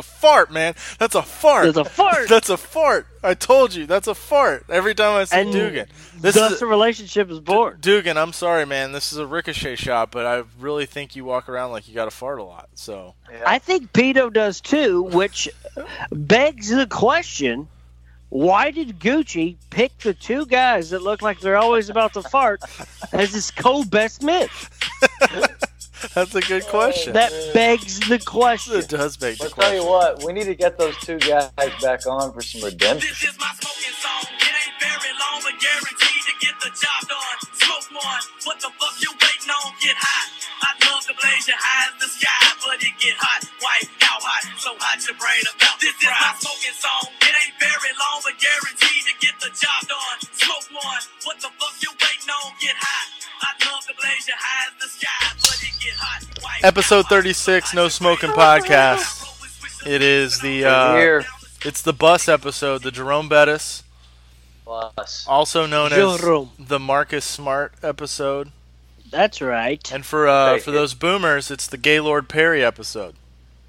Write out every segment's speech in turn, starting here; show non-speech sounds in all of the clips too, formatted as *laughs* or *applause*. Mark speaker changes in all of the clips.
Speaker 1: a fart, man. That's a fart.
Speaker 2: That's a fart.
Speaker 1: That's a fart. I told you, that's a fart. Every time I see
Speaker 2: And
Speaker 1: Dugan, this
Speaker 2: This
Speaker 1: is
Speaker 2: Thus,
Speaker 1: a-
Speaker 2: the relationship is born.
Speaker 1: Dugan. I'm sorry, man. This is a ricochet shot, but I really think you walk around like you got to fart a lot. So *laughs*
Speaker 2: I think Pito does too, which begs the question: Why did Gucci pick the two guys that look like they're always about to fart as his co-best men?
Speaker 1: that's a good question.
Speaker 2: That begs the question.
Speaker 1: it does beg the
Speaker 3: Let's tell you
Speaker 1: question.
Speaker 3: what, we need to get those two guys back on for some redemption.
Speaker 4: This is my smoking song. It ain't very long, but guaranteed to get the job done. Smoke one. What the fuck you waiting on? Get hot. I'd love to blaze your eyes the sky, but it get hot. White cow hot. So hot your brain about This is my smoking song. It ain't very long, but guaranteed to get the job done. Smoke one. What the fuck you waiting on? Get hot. I'd love to blaze your eyes the sky, but it get hot. White
Speaker 1: Episode 36, No Smoking Podcast. It is the uh,
Speaker 3: Here,
Speaker 1: it's the bus episode, the Jerome Bettis,
Speaker 3: plus.
Speaker 1: also known as
Speaker 2: Jerome.
Speaker 1: the Marcus Smart episode,
Speaker 2: That's right.
Speaker 1: and for uh,
Speaker 3: Hey.
Speaker 1: for those boomers, it's the Gaylord Perry episode.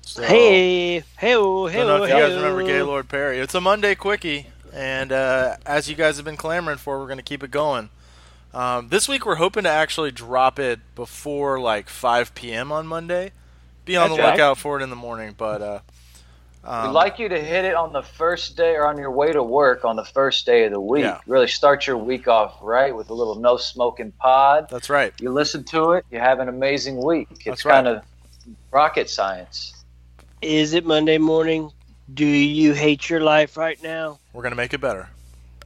Speaker 1: So,
Speaker 2: Hey, hey, oh, hey,
Speaker 1: I don't know
Speaker 2: oh,
Speaker 1: if you guys
Speaker 2: hey,
Speaker 1: remember
Speaker 2: oh.
Speaker 1: Gaylord Perry. It's a Monday quickie, and uh, as you guys have been clamoring for, we're going to keep it going. Um, this week, we're hoping to actually drop it before like 5 p.m. on Monday. Be on the
Speaker 3: Okay.
Speaker 1: lookout for it in the morning, but uh, um,
Speaker 3: We'd like you to hit it on the first day or on your way to work on the first day of the week.
Speaker 1: Yeah.
Speaker 3: Really start your week off right with a little no smoking pod.
Speaker 1: that's right.
Speaker 3: You listen to it, you have an amazing week. It's
Speaker 1: That's right.
Speaker 3: kind of rocket science.
Speaker 2: oh. Is it Monday morning? Do you hate your life right now?
Speaker 1: We're going to make it better.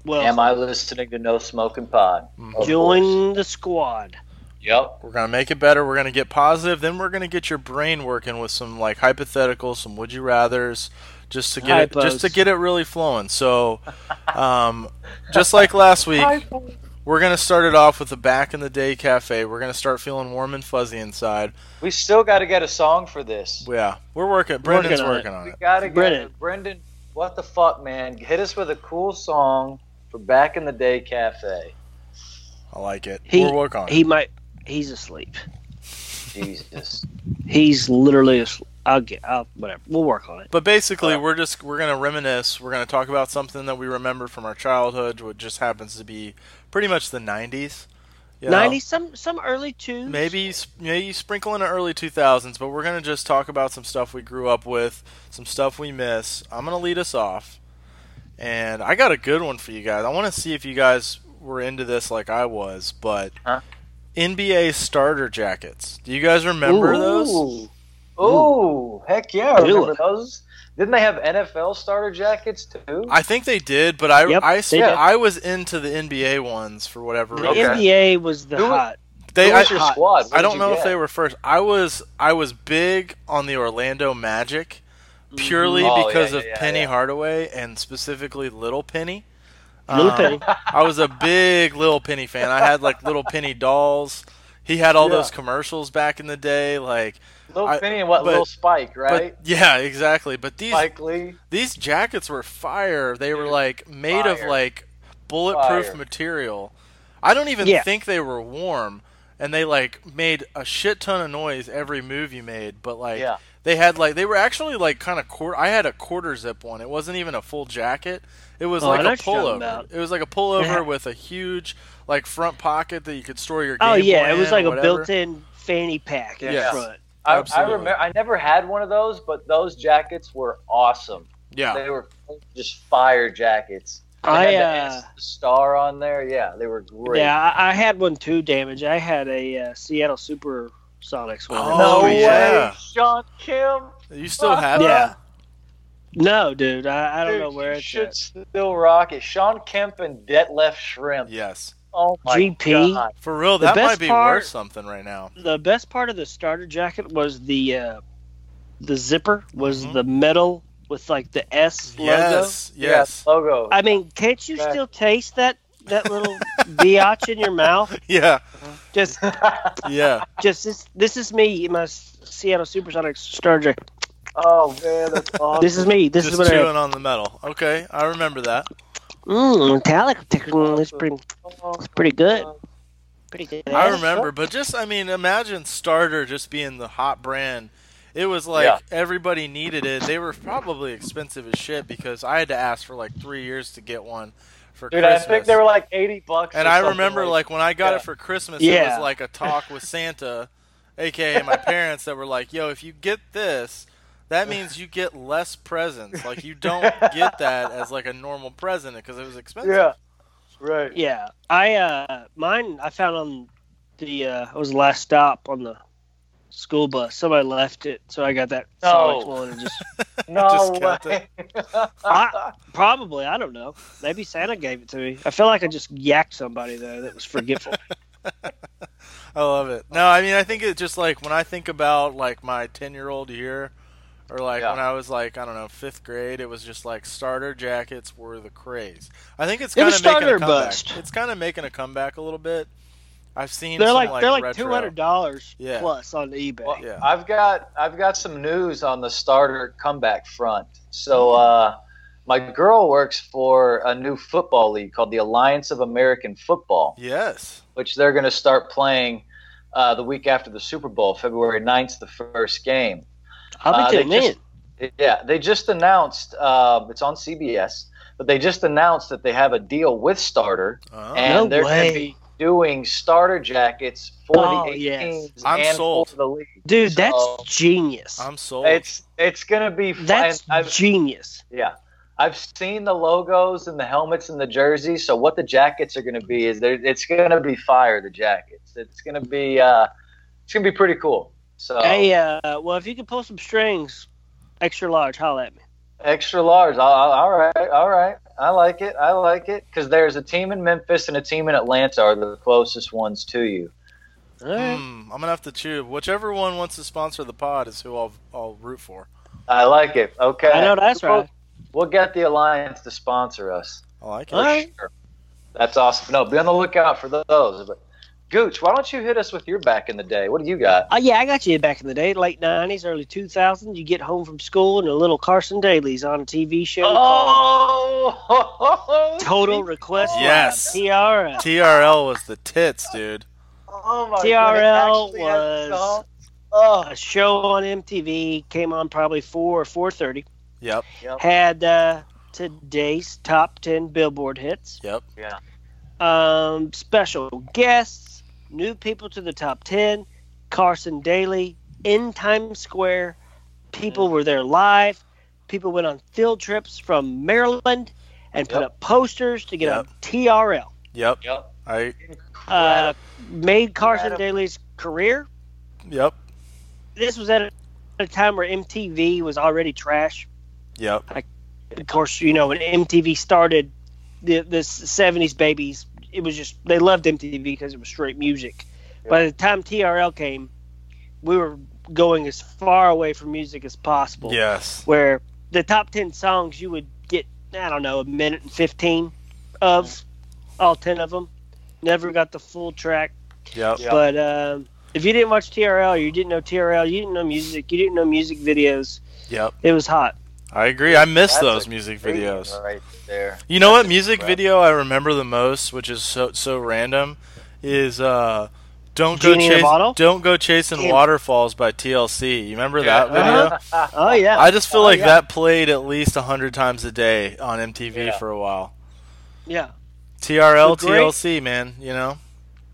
Speaker 2: Well,
Speaker 3: Am I listening to No Smoking Pod?
Speaker 1: Mhm.
Speaker 3: Of course.
Speaker 2: join the squad.
Speaker 3: Yep.
Speaker 1: We're going to make it better. We're going to get positive. Then we're going to get your brain working with some like hypotheticals, some would you rather's, just to get it, just
Speaker 2: Hypos.
Speaker 1: to get it really flowing. So, um, just like last week, we're going to start it off with the back in the day cafe. We're going to start feeling warm and fuzzy inside.
Speaker 3: We still got to get a song for this.
Speaker 1: Yeah, we're working. Brendan's
Speaker 2: on it.
Speaker 1: working on
Speaker 3: We
Speaker 1: it.
Speaker 3: got to
Speaker 2: Brendan.
Speaker 3: get Brendan. What the fuck, man? Hit us with a cool song for Back in the Day Cafe.
Speaker 1: I like it.
Speaker 2: He-
Speaker 1: we're working on it.
Speaker 2: He might. He's asleep.
Speaker 3: Jesus.
Speaker 2: He's literally asleep. I'll get. I'll whatever. We'll work on it.
Speaker 1: But basically,
Speaker 3: Wow.
Speaker 1: we're just we're gonna reminisce. We're gonna talk about something that we remember from our childhood, which just happens to be pretty much the '90s. you know?
Speaker 2: Ninety some some early twos.
Speaker 1: Maybe s- maybe sprinkle in the early 2000s, but we're gonna just talk about some stuff we grew up with, some stuff we miss. I'm gonna lead us off, and I got a good one for you guys. I want to see if you guys were into this like I was, but
Speaker 3: Huh?
Speaker 1: NBA starter jackets. Do you guys remember those?
Speaker 2: *laughs* Ooh.
Speaker 3: Ooh, heck yeah! I
Speaker 2: Do
Speaker 3: remember
Speaker 2: it.
Speaker 3: those? Didn't they have NFL starter jackets too?
Speaker 1: I think they did, but I
Speaker 2: Yep,
Speaker 1: I
Speaker 2: they did.
Speaker 1: I was into the NBA ones for whatever
Speaker 2: The
Speaker 1: reason.
Speaker 2: NBA was the
Speaker 3: Who-
Speaker 2: hot.
Speaker 1: They
Speaker 3: Who was
Speaker 1: I-
Speaker 3: your squad? What
Speaker 1: I
Speaker 3: did
Speaker 1: don't
Speaker 3: you
Speaker 1: know if
Speaker 3: get?
Speaker 1: they were first. I was I was big on the Orlando Magic purely
Speaker 3: Mhm. Oh,
Speaker 1: because
Speaker 3: yeah,
Speaker 1: of
Speaker 3: yeah, yeah,
Speaker 1: Penny
Speaker 3: yeah.
Speaker 1: Hardaway and specifically Little Penny.
Speaker 2: Little
Speaker 1: Um,
Speaker 2: Penny.
Speaker 1: I was a big Little Penny fan. I had like Little Penny dolls. He had all
Speaker 3: Yeah.
Speaker 1: those commercials back in the day, like
Speaker 3: Little
Speaker 1: I-
Speaker 3: Penny and what?
Speaker 1: but-
Speaker 3: Little Spike, right?
Speaker 1: But yeah, exactly. But these
Speaker 3: Spike Lee.
Speaker 1: these jackets were fire. They were
Speaker 3: Dude,
Speaker 1: like made of
Speaker 3: fire.
Speaker 1: like bulletproof
Speaker 3: Fire.
Speaker 1: material. I don't even
Speaker 2: Yeah.
Speaker 1: think they were warm, and they like made a shit ton of noise every move you made. But like
Speaker 3: Yeah.
Speaker 1: they had like they were actually like kind of quarter. I had a quarter zip one. It wasn't even a full jacket. It was
Speaker 2: Oh, I
Speaker 1: like
Speaker 2: know
Speaker 1: a
Speaker 2: what you're talking
Speaker 1: pullover.
Speaker 2: about.
Speaker 1: It was like a pullover
Speaker 2: Yeah.
Speaker 1: with a huge like front pocket that you could store your. Game
Speaker 2: Oh yeah,
Speaker 1: plan
Speaker 2: it was
Speaker 1: or
Speaker 2: like a
Speaker 1: whatever.
Speaker 2: built-in fanny pack in
Speaker 1: Yes.
Speaker 2: front.
Speaker 3: I, I
Speaker 1: Absolutely.
Speaker 3: remember. I never had one of those, but those jackets were awesome.
Speaker 1: Yeah,
Speaker 3: They were just fire jackets. They
Speaker 2: I
Speaker 3: had the
Speaker 2: uh,
Speaker 3: S- the star on there. Yeah, they were great.
Speaker 2: yeah, I, I had one too. Damage. I had a uh, Seattle Super Sonics one.
Speaker 1: Oh,
Speaker 3: No way,
Speaker 1: yeah.
Speaker 3: Sean Kim.
Speaker 1: you still have
Speaker 2: Yeah.
Speaker 1: that?
Speaker 2: No, dude, I, I don't
Speaker 3: Dude,
Speaker 2: know where
Speaker 3: you
Speaker 2: it's
Speaker 3: should
Speaker 2: at.
Speaker 3: still rock it. Sean Kemp and Detlef Shrimp.
Speaker 1: Yes,
Speaker 3: Oh my
Speaker 2: GP.
Speaker 3: god.
Speaker 1: for real.
Speaker 2: The
Speaker 1: That
Speaker 2: best
Speaker 1: might be
Speaker 2: part-
Speaker 1: worth something right now.
Speaker 2: The best part of the starter jacket was the uh, the zipper was
Speaker 1: Mhm.
Speaker 2: the metal with like the S logo.
Speaker 1: Yes, yes.
Speaker 3: Yeah, logo.
Speaker 2: I mean, can't you
Speaker 3: Right.
Speaker 2: still taste that that little biatch in your mouth?
Speaker 1: *laughs* Yeah,
Speaker 2: Just
Speaker 1: yeah.
Speaker 2: just this this is me in my S- Seattle Supersonics starter jacket.
Speaker 3: *laughs* oh man, that's
Speaker 2: *laughs*
Speaker 3: awesome.
Speaker 2: This is me. *laughs* This
Speaker 1: Just
Speaker 2: is what I
Speaker 1: chewing on the metal. Okay, I remember that.
Speaker 2: mm, metallic. Mm, It's pretty it's pretty good. Pretty good.
Speaker 1: I remember, but just I mean, imagine Starter just being the hot brand It was like
Speaker 3: Yeah.
Speaker 1: everybody needed it. They were probably expensive as shit because I had to ask for like three years to get one for
Speaker 3: Dude,
Speaker 1: Christmas.
Speaker 3: I think they were like eighty bucks.
Speaker 1: and
Speaker 3: or
Speaker 1: I
Speaker 3: something,
Speaker 1: remember like when I got
Speaker 3: yeah.
Speaker 1: it for Christmas, it
Speaker 2: Yeah.
Speaker 1: was like a talk
Speaker 2: *laughs*
Speaker 1: with Santa, aka my parents, that were like, "Yo, if you get this." That means you get less presents. Like you
Speaker 2: *laughs*
Speaker 1: don't get that as like a normal present because it was expensive.
Speaker 3: yeah, right.
Speaker 2: Yeah, I uh, mine I found on the uh, it was the last stop on the school bus. Somebody left it, so I got that
Speaker 3: No.
Speaker 2: solid one and just
Speaker 1: Just
Speaker 3: No
Speaker 1: kept
Speaker 3: way.
Speaker 2: I, probably I don't know. Maybe Santa gave it to me. I feel like I just yacked somebody though that was forgetful.
Speaker 1: I love it. No, I mean I think it just like when I think about like my ten year old year or like
Speaker 3: Yeah.
Speaker 1: when I was like, I don't know, fifth grade, it was just like starter jackets were the craze. I think it's
Speaker 2: It
Speaker 1: kinda
Speaker 2: was
Speaker 1: making
Speaker 2: starter
Speaker 1: a comeback.
Speaker 2: bust.
Speaker 1: It's kinda making a comeback a little bit. I've seen
Speaker 2: they're
Speaker 1: some,
Speaker 2: like, they're like
Speaker 1: retro-
Speaker 2: two hundred dollars
Speaker 1: Yeah.
Speaker 2: plus on eBay.
Speaker 3: Well,
Speaker 1: Yeah.
Speaker 3: I've got I've got some news on the starter comeback front. So uh, my girl works for a new football league called the Alliance of American Football,
Speaker 1: Yes.
Speaker 3: which they're going to start playing uh, the week after the Super Bowl, February 9th's the first game.
Speaker 2: I'll
Speaker 3: Uh,
Speaker 2: be
Speaker 3: they
Speaker 2: tuning in.
Speaker 3: just- Yeah, they just announced uh, it's on CBS, but they just announced that they have a deal with Starter,
Speaker 1: Oh.
Speaker 3: and
Speaker 2: no
Speaker 3: they're going to
Speaker 2: way,
Speaker 3: be doing starter jackets for
Speaker 2: Oh,
Speaker 3: the eight
Speaker 2: yes.
Speaker 3: teams
Speaker 1: I'm
Speaker 3: and
Speaker 1: sold.
Speaker 3: for the league.
Speaker 2: dude. That's
Speaker 3: So- um,
Speaker 2: genius.
Speaker 1: I'm sold.
Speaker 3: It's it's going to be fun.
Speaker 2: that's
Speaker 3: I've,
Speaker 2: genius.
Speaker 3: yeah. I've seen the logos and the helmets and the jerseys. So what the jackets are going to be is they're- it's going to be fire. The jackets. It's going to be uh, it's going to be pretty cool. So
Speaker 2: Hey, uh, well, if you can pull some strings, extra large, holla at me.
Speaker 3: extra large. I- I- all right, all right. I like it. I like it because there's a team in Memphis and a team in Atlanta are the closest ones to you.
Speaker 2: All right.
Speaker 1: Hmm, I'm gonna have to choose. Whichever one wants to sponsor the pod is who I'll I'll root for.
Speaker 3: I like it. Okay.
Speaker 2: I know that's right.
Speaker 3: We'll get the alliance to sponsor us.
Speaker 1: I like it.
Speaker 2: All right.
Speaker 3: Sure. That's awesome. No, be on the lookout for those. But Gooch, why don't you hit us with your back in the day? What do you got?
Speaker 2: Uh, yeah, I got you back in the day, late '90s, early 2000s. You get home from school and a little Carson Daly's on a TV show called
Speaker 3: *laughs* Oh,
Speaker 2: Total Request. Live,
Speaker 1: Yes.
Speaker 2: TRL.
Speaker 1: TRL was the tits, dude.
Speaker 3: Oh my
Speaker 2: TRL
Speaker 3: God, it actually has a
Speaker 2: was-
Speaker 3: song? Oh,
Speaker 2: A show on MTV came on probably four or four thirty.
Speaker 1: Yep.
Speaker 2: Had uh, today's top ten Billboard hits,
Speaker 1: Yep.
Speaker 2: um, special guests, new people to the top ten. Carson Daly in Times Square. People
Speaker 1: Mm-hmm.
Speaker 2: were there live. People went on field trips from Maryland and put
Speaker 3: Yep.
Speaker 2: up posters to get
Speaker 1: Yep.
Speaker 2: on TRL.
Speaker 1: Yep.
Speaker 3: yep.
Speaker 1: I
Speaker 2: Uh, made Carson
Speaker 3: Incredible.
Speaker 2: Daly's career.
Speaker 1: yep.
Speaker 2: This was at a, at a time where MTV was already trash.
Speaker 1: Yep.
Speaker 2: Of course, you know when MTV started, the the '70s babies. It was just they loved MTV because it was straight music. By the time TRL came, we were going as far away from music as possible.
Speaker 1: Yes.
Speaker 2: where the top 10 songs you would get i don't know a minute and 15 of all 10 of them never got the full track
Speaker 1: Yep.
Speaker 3: Yeah.
Speaker 2: but um, if you didn't watch trl you didn't know trl you didn't know music you didn't know music videos
Speaker 1: Yep.
Speaker 2: it was hot
Speaker 1: I agree. I miss
Speaker 3: That's
Speaker 1: those
Speaker 3: a
Speaker 1: music
Speaker 3: great
Speaker 1: videos.
Speaker 3: one right there.
Speaker 1: You know what music
Speaker 3: crap.
Speaker 1: video I remember the most, which is so so random, is uh Don't
Speaker 2: Genie in a
Speaker 1: go chase,
Speaker 2: Bottle?
Speaker 1: Don't go chasing
Speaker 2: Yeah.
Speaker 1: waterfalls by TLC. You remember that video?
Speaker 2: oh yeah
Speaker 1: I just feel
Speaker 3: Oh,
Speaker 1: like
Speaker 3: yeah.
Speaker 1: that played at least 100 times a day on MTV
Speaker 3: Yeah.
Speaker 1: for a while.
Speaker 2: yeah
Speaker 1: TRL
Speaker 2: The great-
Speaker 1: TLC, man, you know.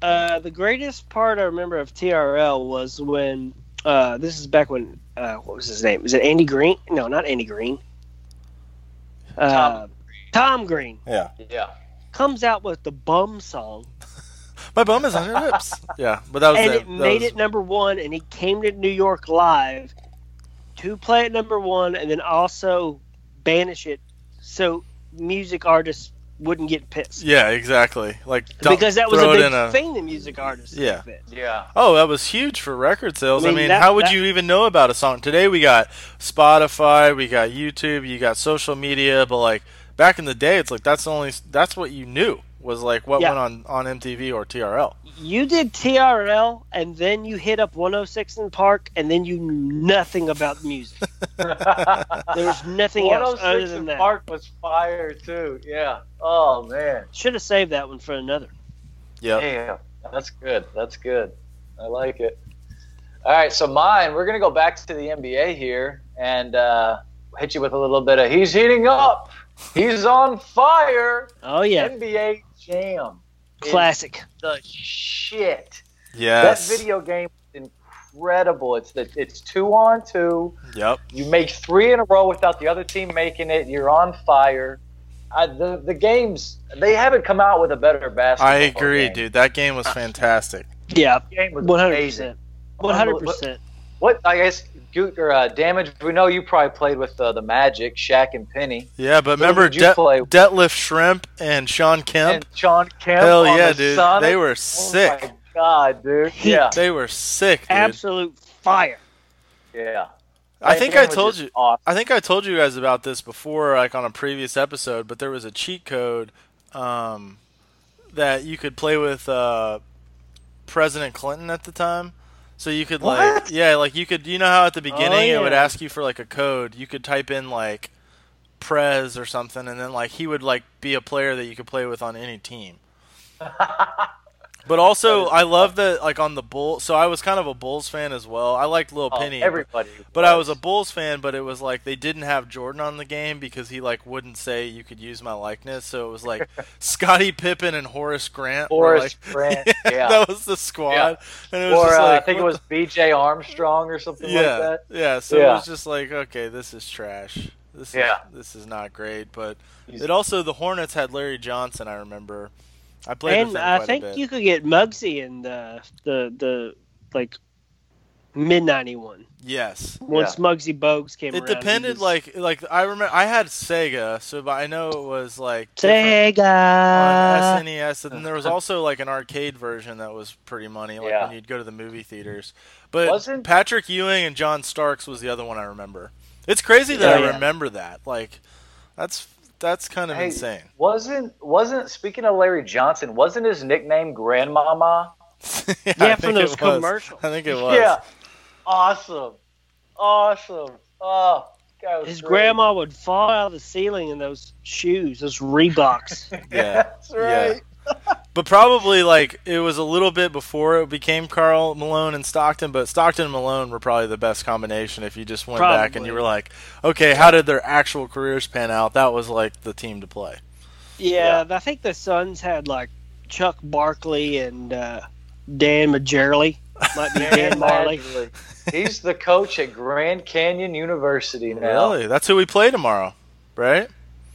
Speaker 2: uh, the greatest part i remember of trl was when uh, this is back when uh, what was his name is it andy green no not andy green uh, tom green
Speaker 3: yeah.
Speaker 2: comes out with the bum song
Speaker 1: My bum is on your
Speaker 2: *laughs*
Speaker 1: lips. Yeah, but that was
Speaker 2: and
Speaker 1: it.
Speaker 2: it
Speaker 1: That
Speaker 2: made
Speaker 1: was-
Speaker 2: it number one and he came to new york live to play it number one and then also banish it so music artists wouldn't get pissed
Speaker 1: Yeah, exactly. Like don't
Speaker 2: because that was a
Speaker 1: throw it
Speaker 2: big
Speaker 1: in a-
Speaker 2: thing to music artists back
Speaker 1: Yeah.
Speaker 2: then.
Speaker 3: *laughs* Yeah.
Speaker 1: Oh, that was huge for record sales. I
Speaker 2: I
Speaker 1: mean,
Speaker 2: mean, that-
Speaker 1: how would
Speaker 2: that-
Speaker 1: you even know about a song? Today we got Spotify, we got YouTube, you got social media, but like back in the day, it's like that's the only that's what you knew was like what
Speaker 2: Yeah.
Speaker 1: went on on MTV or TRL.
Speaker 2: you did trl and then you hit up 106 in park and then you knew nothing about music
Speaker 3: *laughs*
Speaker 2: there was nothing else other
Speaker 3: 106 in
Speaker 2: than that
Speaker 3: Park was fire too. Yeah. Oh man.
Speaker 2: should have saved that one for another
Speaker 1: Yeah,
Speaker 3: Yeah. That's good. That's good. I like it. All right, so mine, we're going to go back to the NBA here and uh, hit you with a little bit of he's heating up. He's on fire.
Speaker 2: Oh yeah,
Speaker 3: NBA Jam. is
Speaker 2: classic.
Speaker 3: The shit.
Speaker 1: Yes.
Speaker 3: That video game is incredible. It's the, it's two on two.
Speaker 1: Yep.
Speaker 3: You make three in a row without the other team making it. You're on fire. I, the the games they haven't come out with a better basketball.
Speaker 1: I agree,
Speaker 3: game.
Speaker 1: dude. That game was
Speaker 3: Uh,
Speaker 1: fantastic.
Speaker 2: Yeah,
Speaker 3: The game was
Speaker 2: one hundred
Speaker 3: amazing.
Speaker 2: percent. One hundred percent.
Speaker 3: What I guess Goot or uh, Damage? We know you probably played with uh, the Magic, Shaq, and Penny.
Speaker 1: Yeah, but
Speaker 3: Who
Speaker 1: remember
Speaker 3: did you
Speaker 1: De-
Speaker 3: play with?
Speaker 1: Detlef Shrimp and Sean Kemp?
Speaker 3: And John Kemp.
Speaker 1: Hell
Speaker 3: on
Speaker 1: yeah,
Speaker 3: the
Speaker 1: dude.
Speaker 3: Sonic.
Speaker 1: They were
Speaker 3: Oh
Speaker 1: sick.
Speaker 3: my god, dude.
Speaker 2: Heat.
Speaker 3: Yeah,
Speaker 1: They were sick, dude.
Speaker 2: Absolute fire.
Speaker 3: yeah.
Speaker 1: I think
Speaker 3: That
Speaker 1: I
Speaker 3: game was
Speaker 1: told
Speaker 3: just
Speaker 1: you.
Speaker 3: awesome.
Speaker 1: I think I told you guys about this before, like on a previous episode, but there was a cheat code um, that you could play with uh, President Clinton at the time. So you could like,
Speaker 3: What?
Speaker 1: yeah, like you could, you know how at the beginning it would
Speaker 2: yeah.
Speaker 1: ask you for like a code. You could type in like Prez or something, and then like he would like be a player that you could play with on any team. But also, I love that like on the bull. So I was kind of a Bulls fan as well. I liked Lil
Speaker 3: Oh,
Speaker 1: Penny. but-
Speaker 3: everybody.
Speaker 1: *laughs* but I was a Bulls fan, but it was like they didn't have Jordan on the game because he like wouldn't say you could use my likeness. So it was
Speaker 3: *laughs*
Speaker 1: like Scottie Pippen and Horace Grant. were,
Speaker 3: Horace
Speaker 1: like- *laughs*
Speaker 3: Grant, yeah.
Speaker 1: that was the squad.
Speaker 3: Yeah.
Speaker 1: And it was
Speaker 3: or
Speaker 1: just
Speaker 3: uh,
Speaker 1: like,
Speaker 3: I think it
Speaker 1: what
Speaker 3: was B.J. Armstrong or something
Speaker 1: the-
Speaker 3: like
Speaker 1: yeah,
Speaker 3: that.
Speaker 1: yeah. So it
Speaker 3: Yeah.
Speaker 1: was just like, okay, this is trash. This
Speaker 3: Yeah.
Speaker 1: is, this is not great. But
Speaker 3: He's-
Speaker 1: it also the Hornets had Larry Johnson. I remember. I played with
Speaker 2: And
Speaker 1: him
Speaker 2: I
Speaker 1: quite a
Speaker 2: think
Speaker 1: bit.
Speaker 2: you could get Muggsy in the the the like mid ninety one.
Speaker 1: yes.
Speaker 2: Once Muggsy Bogues came
Speaker 1: It
Speaker 2: around, he
Speaker 1: depended,
Speaker 2: was-
Speaker 1: like, like I remember I had Sega, so but I know it was like different- on
Speaker 2: Sega.
Speaker 1: SNES, and then there was
Speaker 2: Uh,
Speaker 1: also like an arcade version that was pretty money, like
Speaker 3: Yeah.
Speaker 1: when you'd go to the movie theaters. But
Speaker 3: Wasn't-
Speaker 1: Patrick Ewing and John Starks was the other one I remember. It's crazy that
Speaker 2: Yeah,
Speaker 1: I
Speaker 2: yeah.
Speaker 1: remember that. Like, that's that's kind of
Speaker 3: Hey,
Speaker 1: insane. *laughs*
Speaker 3: Wasn't wasn't speaking of Larry Johnson? Wasn't his nickname Grandmama?
Speaker 1: yeah, I
Speaker 2: Yeah,
Speaker 1: think
Speaker 2: from those
Speaker 1: it was.
Speaker 2: commercials.
Speaker 1: I think it was.
Speaker 3: Yeah, awesome, awesome. Oh, that was
Speaker 2: His
Speaker 3: great.
Speaker 2: grandma would fall out of the ceiling in those shoes, those *laughs* Reeboks.
Speaker 1: yeah.
Speaker 3: *laughs* That's right.
Speaker 1: But probably like it was a little bit before it became Carl Malone and Stockton, but Stockton and Malone were probably the best combination if you just went back and
Speaker 2: Probably.
Speaker 1: you were like, okay, how did their actual careers pan out? That was like the team to play.
Speaker 2: yeah, I think the Suns had like Chuck Barkley and uh, Dan Majerle. Might be
Speaker 3: *laughs*
Speaker 2: Dan Marley.
Speaker 3: Majerle. He's the coach at Grand Canyon University now.
Speaker 1: Really? That's who we play tomorrow, right?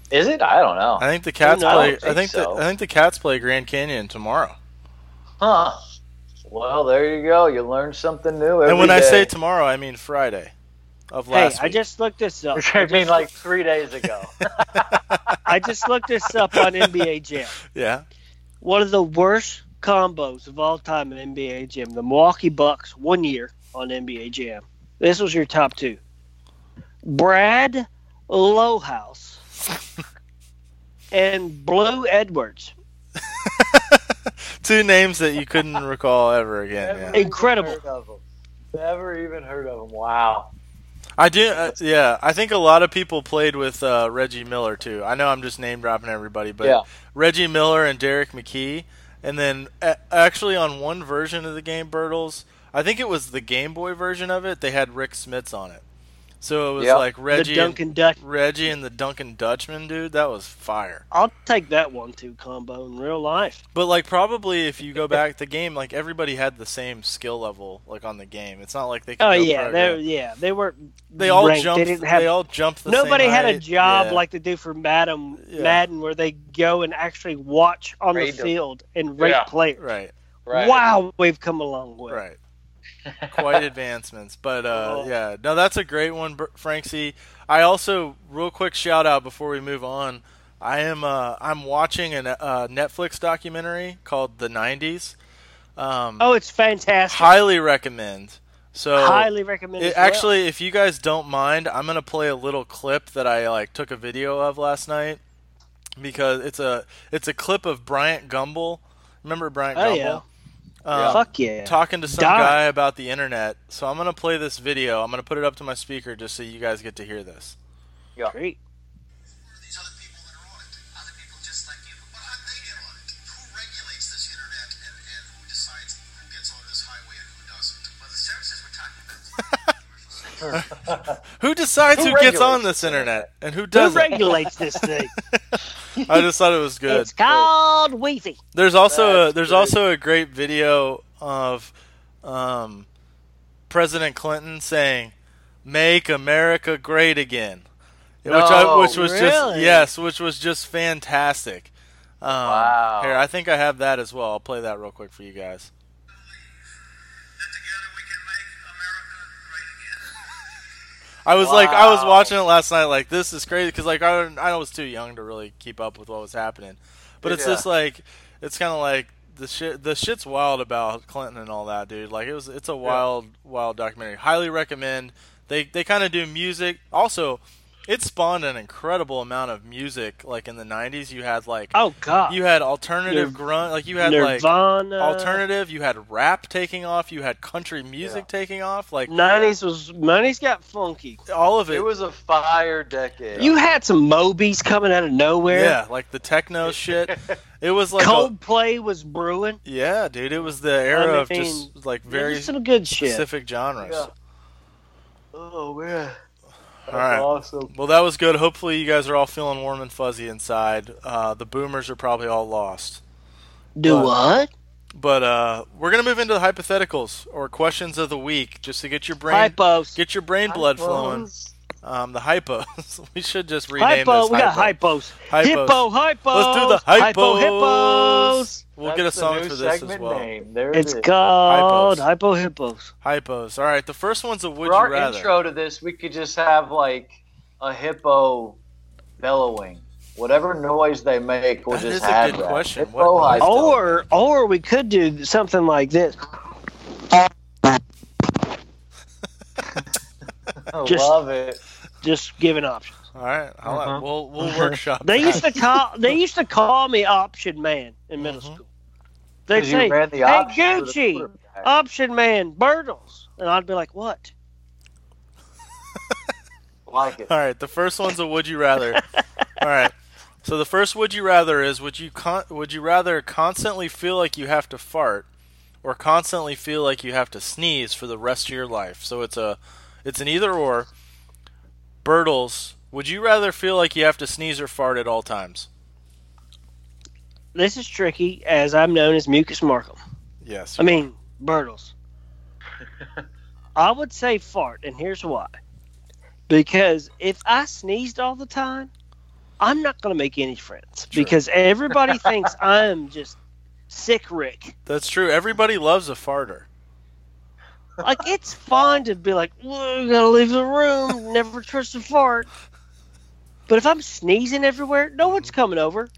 Speaker 3: Is it? I don't know.
Speaker 1: I think the Cats
Speaker 2: knows?
Speaker 1: play
Speaker 3: I don't
Speaker 1: I think
Speaker 3: think so.
Speaker 1: the I think the Cats play Grand Canyon tomorrow.
Speaker 3: Huh. Well, there you go. You learn something new every
Speaker 1: and when I
Speaker 3: day.
Speaker 1: say tomorrow, I mean Friday of
Speaker 2: Hey,
Speaker 1: last
Speaker 2: I
Speaker 1: week.
Speaker 2: just looked this up.
Speaker 3: *laughs* I mean, like three days
Speaker 1: *laughs*
Speaker 3: ago.
Speaker 2: I just looked this up on NBA Jam.
Speaker 1: yeah.
Speaker 2: One of the worst combos of all time in NBA Jam. The Milwaukee Bucks one year on NBA Jam. This was your top two. Brad Lowhouse and Blue Edwards.
Speaker 1: Two names that you
Speaker 3: *laughs*
Speaker 1: couldn't recall ever again. yeah.
Speaker 3: Never even
Speaker 2: Incredible.
Speaker 3: heard of 'em. Never even heard of him. Wow.
Speaker 1: I do. Uh, yeah, I think a lot of people played with uh, Reggie Miller too. I know I'm just name dropping everybody, but
Speaker 3: Yeah.
Speaker 1: Reggie Miller and Derek McKee, and then a- actually on one version of the game, Bertles. I think it was the Game Boy version of it. They had Rick Smits on it, so it was
Speaker 3: Yeah.
Speaker 1: like Reggie,
Speaker 2: the Duncan Dutch.
Speaker 1: and, Reggie and the Duncan Dutchman dude. That was fire.
Speaker 2: I'll take that one two combo in real life.
Speaker 1: But like probably if you go back the game, like everybody had the same skill level like on the game. It's not like they. Could
Speaker 2: Oh
Speaker 1: go
Speaker 2: yeah,
Speaker 1: pro,
Speaker 2: they yeah they were.
Speaker 1: They all
Speaker 2: ranked.
Speaker 1: jumped.
Speaker 2: They
Speaker 1: They,
Speaker 2: didn't have.
Speaker 1: all jumped. The
Speaker 2: nobody
Speaker 1: same
Speaker 2: had a
Speaker 1: height.
Speaker 2: job
Speaker 1: Yeah.
Speaker 2: like they do for Madam
Speaker 1: Yeah.
Speaker 2: Madden, where they go and actually watch on
Speaker 3: Rate
Speaker 2: the
Speaker 3: 'em.
Speaker 2: field and rate
Speaker 3: Yeah.
Speaker 2: players. *laughs*
Speaker 1: right.
Speaker 3: Right.
Speaker 2: Wow, we've come a long way.
Speaker 1: Right. Quite advancements, but uh,
Speaker 2: Oh.
Speaker 1: yeah, no, that's a great one, Br- Frankie. I also, real quick shout out before we move on. I am uh, I'm watching a uh, Netflix documentary called The '90s. Um,
Speaker 2: Oh, it's fantastic.
Speaker 1: highly recommend. So
Speaker 2: Highly recommend.
Speaker 1: it,
Speaker 2: as well.
Speaker 1: actually, if you guys don't mind, I'm gonna play a little clip that I like took a video of last night because it's a it's a clip of Bryant Gumbel. Remember Bryant
Speaker 2: Oh,
Speaker 1: Gumbel?
Speaker 2: yeah.
Speaker 1: Um,
Speaker 2: fuck yeah.
Speaker 1: talking to some
Speaker 2: Die.
Speaker 1: guy about the internet. So I'm going to play this video. I'm going to put it up to my speaker just so you guys get to hear this.
Speaker 2: Great.
Speaker 5: these other people that are on it. Other people just like you. But how'd they get on it? Who regulates this internet and, and who decides who gets on this highway and who doesn't? Well, the services we're talking
Speaker 1: Who decides
Speaker 3: Who
Speaker 1: who, gets
Speaker 3: regulates
Speaker 1: on this
Speaker 3: the
Speaker 1: internet and who
Speaker 2: Who
Speaker 1: doesn't? *laughs*
Speaker 2: regulates this thing?
Speaker 1: I just thought it was good.
Speaker 2: It's called Wi-Fi.
Speaker 1: There's also a,
Speaker 3: That's
Speaker 1: there's
Speaker 3: great.
Speaker 1: also a great video of um, President Clinton saying, "Make America Great Again," which
Speaker 3: No,
Speaker 1: which was just
Speaker 2: really?
Speaker 1: yes, which was just fantastic. Um,
Speaker 3: Wow.
Speaker 1: Here, I think I have that as well. I'll play that real quick for you guys.
Speaker 5: That together we can make America great again.
Speaker 1: I was like, I was
Speaker 3: Wow.
Speaker 1: watching it last night. Like, this is crazy because like I, I was too young to really keep up with what was happening. But it's
Speaker 3: Yeah.
Speaker 1: just like, it's kind of like the shit. The shit's wild about Clinton and all that, dude. Like it was, it's a wild, wild documentary. Highly recommend. They they kind of do music. Also, it spawned an incredible amount of music. Like in the '90s, you had like
Speaker 3: Ah.
Speaker 2: Oh God.
Speaker 1: you had alternative
Speaker 2: Nir-
Speaker 1: grunt. Like you had like
Speaker 2: Nirvana.
Speaker 1: alternative. You had rap taking off. You had country music taking off. Like
Speaker 2: Nineties was nineties got funky.
Speaker 1: all of it.
Speaker 3: It was a fire decade.
Speaker 2: You had some Mobies coming out of nowhere.
Speaker 1: Yeah, like the techno shit.
Speaker 3: *laughs*
Speaker 1: It was like a-
Speaker 2: Coldplay was brewing.
Speaker 1: yeah, dude. It was the era
Speaker 2: I
Speaker 1: of just like very
Speaker 2: There's some good shit.
Speaker 1: specific genres.
Speaker 3: Yeah. oh man, that's
Speaker 1: All right.
Speaker 3: awesome.
Speaker 1: Well, that was good. Hopefully, you guys are all feeling warm and fuzzy inside. Uh, the boomers are probably all lost.
Speaker 2: Do
Speaker 1: but-
Speaker 2: what?
Speaker 1: But uh, we're gonna move into the hypotheticals or questions of the week, just to get your brain
Speaker 2: Hypos.
Speaker 1: get your brain blood flowing.
Speaker 3: Hypos.
Speaker 1: Um, the hypos. *laughs* we should just rename
Speaker 2: Hypo.
Speaker 1: this.
Speaker 2: We got
Speaker 1: hypo.
Speaker 2: hypos.
Speaker 1: Hypos.
Speaker 2: Hippo. Hypos.
Speaker 1: Let's do the hypos.
Speaker 2: Hypo. Hippos.
Speaker 1: We'll
Speaker 3: That's
Speaker 1: get a
Speaker 3: the
Speaker 1: song
Speaker 3: new
Speaker 1: for this as
Speaker 3: segment
Speaker 1: well.
Speaker 3: Name. There it
Speaker 2: It's
Speaker 3: is.
Speaker 2: called
Speaker 1: Hypos.
Speaker 2: hypo hippos.
Speaker 1: Hypos. All right. The first one's a would
Speaker 3: for our
Speaker 1: you rather.
Speaker 3: intro to this, we could just have like a hippo bellowing. Whatever noise they make, we'll
Speaker 1: That
Speaker 3: just
Speaker 1: is a
Speaker 3: have
Speaker 1: good
Speaker 3: that.
Speaker 1: question.
Speaker 3: Hippo
Speaker 1: What
Speaker 3: high five.
Speaker 2: Or or we could do something like this.
Speaker 3: I
Speaker 2: just-
Speaker 3: love it.
Speaker 2: Just giving options.
Speaker 1: All right, I'll-
Speaker 3: Uh-huh.
Speaker 1: we'll we'll workshop.
Speaker 2: They
Speaker 1: that.
Speaker 2: used to call they used to call me option man in middle
Speaker 1: Mhm.
Speaker 2: school. They'd
Speaker 3: 'Cause
Speaker 2: say
Speaker 3: you ran the
Speaker 2: "Hey,
Speaker 3: option for the
Speaker 2: Gucci,
Speaker 3: quarterback.
Speaker 2: option man Bertles, and I'd be like, what?
Speaker 3: like it.
Speaker 1: All right, the first one's a would you rather. All right. So the first would you rather is would you con- would you rather constantly feel like you have to fart or constantly feel like you have to sneeze for the rest of your life? So it's a it's an either or. Bertles, would you rather feel like you have to sneeze or fart at all times?
Speaker 2: This is tricky, as I'm known as Mucus Markham.
Speaker 1: Yes.
Speaker 2: I mean Bertles. I would say fart, and here's why. Because if I sneezed all the time, I'm not going to make any friends
Speaker 1: Sure.
Speaker 2: because everybody thinks I'm just sick Rick.
Speaker 1: That's true. Everybody loves a farter.
Speaker 2: like it's fun to be like, "Whoa, you gotta leave the room, never trust a fart. But if I'm sneezing everywhere, no one's coming over.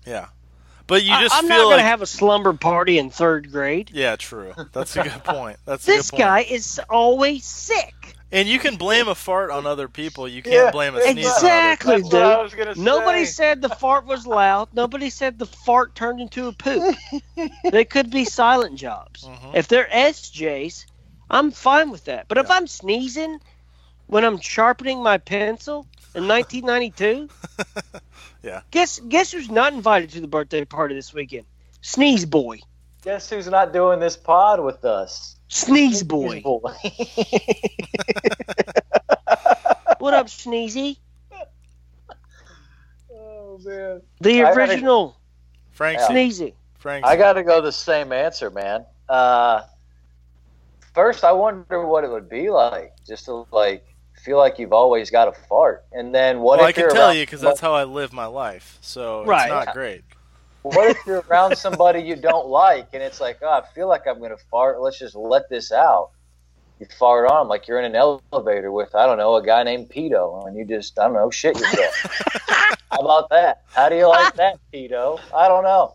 Speaker 1: But you
Speaker 2: I-
Speaker 1: just
Speaker 2: I'm not
Speaker 1: feel
Speaker 2: gonna
Speaker 1: like
Speaker 2: have a slumber party in third grade.
Speaker 1: Yeah, true. That's a good point. That's a
Speaker 2: This
Speaker 1: good point.
Speaker 2: guy is always sick.
Speaker 1: And you can blame a fart on other people. You can't
Speaker 3: Yeah,
Speaker 1: blame a sneeze.
Speaker 2: Exactly,
Speaker 3: That's what I
Speaker 2: dude.
Speaker 3: was gonna say.
Speaker 2: Nobody said the fart was loud. Nobody said the fart turned into a poop. they could be silent jobs.
Speaker 1: On other. Mhm.
Speaker 2: If they're SJs, I'm fine with that. But if I'm sneezing when I'm sharpening my pencil in 1992,
Speaker 1: Yeah.
Speaker 2: Guess guess who's not invited to the birthday party this weekend? Sneeze boy,
Speaker 3: Guess who's not doing this pod with us?
Speaker 2: sneeze boy. *laughs*
Speaker 3: Boy. *laughs*
Speaker 2: What up, Sneezy?
Speaker 3: oh man.
Speaker 2: The
Speaker 3: I- I-
Speaker 2: original
Speaker 1: Frank, C.
Speaker 2: Sneezy.
Speaker 1: Frank,
Speaker 3: I
Speaker 1: C.
Speaker 3: got to go the same answer, man. Uh, first, I wonder what it would be like just to like feel like you've always got to fart, and then what
Speaker 1: well,
Speaker 3: if
Speaker 1: I can
Speaker 3: you're
Speaker 1: tell
Speaker 3: around
Speaker 1: you because
Speaker 3: somebody-
Speaker 1: that's how I live my life. So
Speaker 2: Right.
Speaker 1: it's not great.
Speaker 3: what if you're around somebody you don't like, and it's like, oh, I feel like I'm gonna fart. Let's just let this out. You fart on 'em like you're in an elevator with I don't know a guy named Pito, and you just I don't know shit yourself. how about that? How do you like that, Pito? I don't know.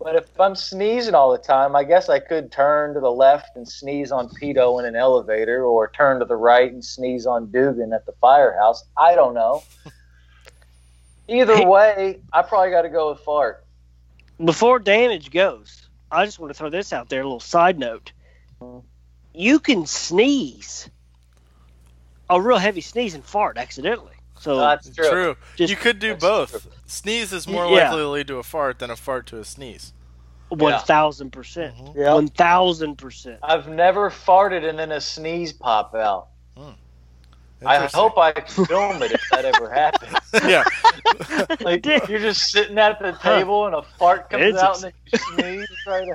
Speaker 3: But if I'm sneezing all the time, I guess I could turn to the left and sneeze on Pito in an elevator, or turn to the right and sneeze on Dugan at the firehouse. I don't know. Either way, I probably got to go with fart.
Speaker 2: Before damage goes, I just want to throw this out there, a little side note. You can sneeze a real heavy sneeze and fart accidentally. So
Speaker 3: That's
Speaker 1: It's
Speaker 3: true.
Speaker 1: True.
Speaker 2: Just-
Speaker 1: you could do
Speaker 3: That's
Speaker 1: both.
Speaker 3: true.
Speaker 1: Sneeze is more
Speaker 2: Yeah.
Speaker 1: likely to lead to a fart than a fart to a sneeze.
Speaker 2: one thousand percent.
Speaker 1: Mhm.
Speaker 3: Yeah.
Speaker 2: One thousand percent.
Speaker 3: I've never farted and then a sneeze pop out. I
Speaker 1: Interesting.
Speaker 3: hope I can film it if that
Speaker 1: *laughs*
Speaker 3: ever happens.
Speaker 1: yeah.
Speaker 3: Like you're just sitting at the table and a fart comes
Speaker 2: It's
Speaker 3: out and then you sneeze right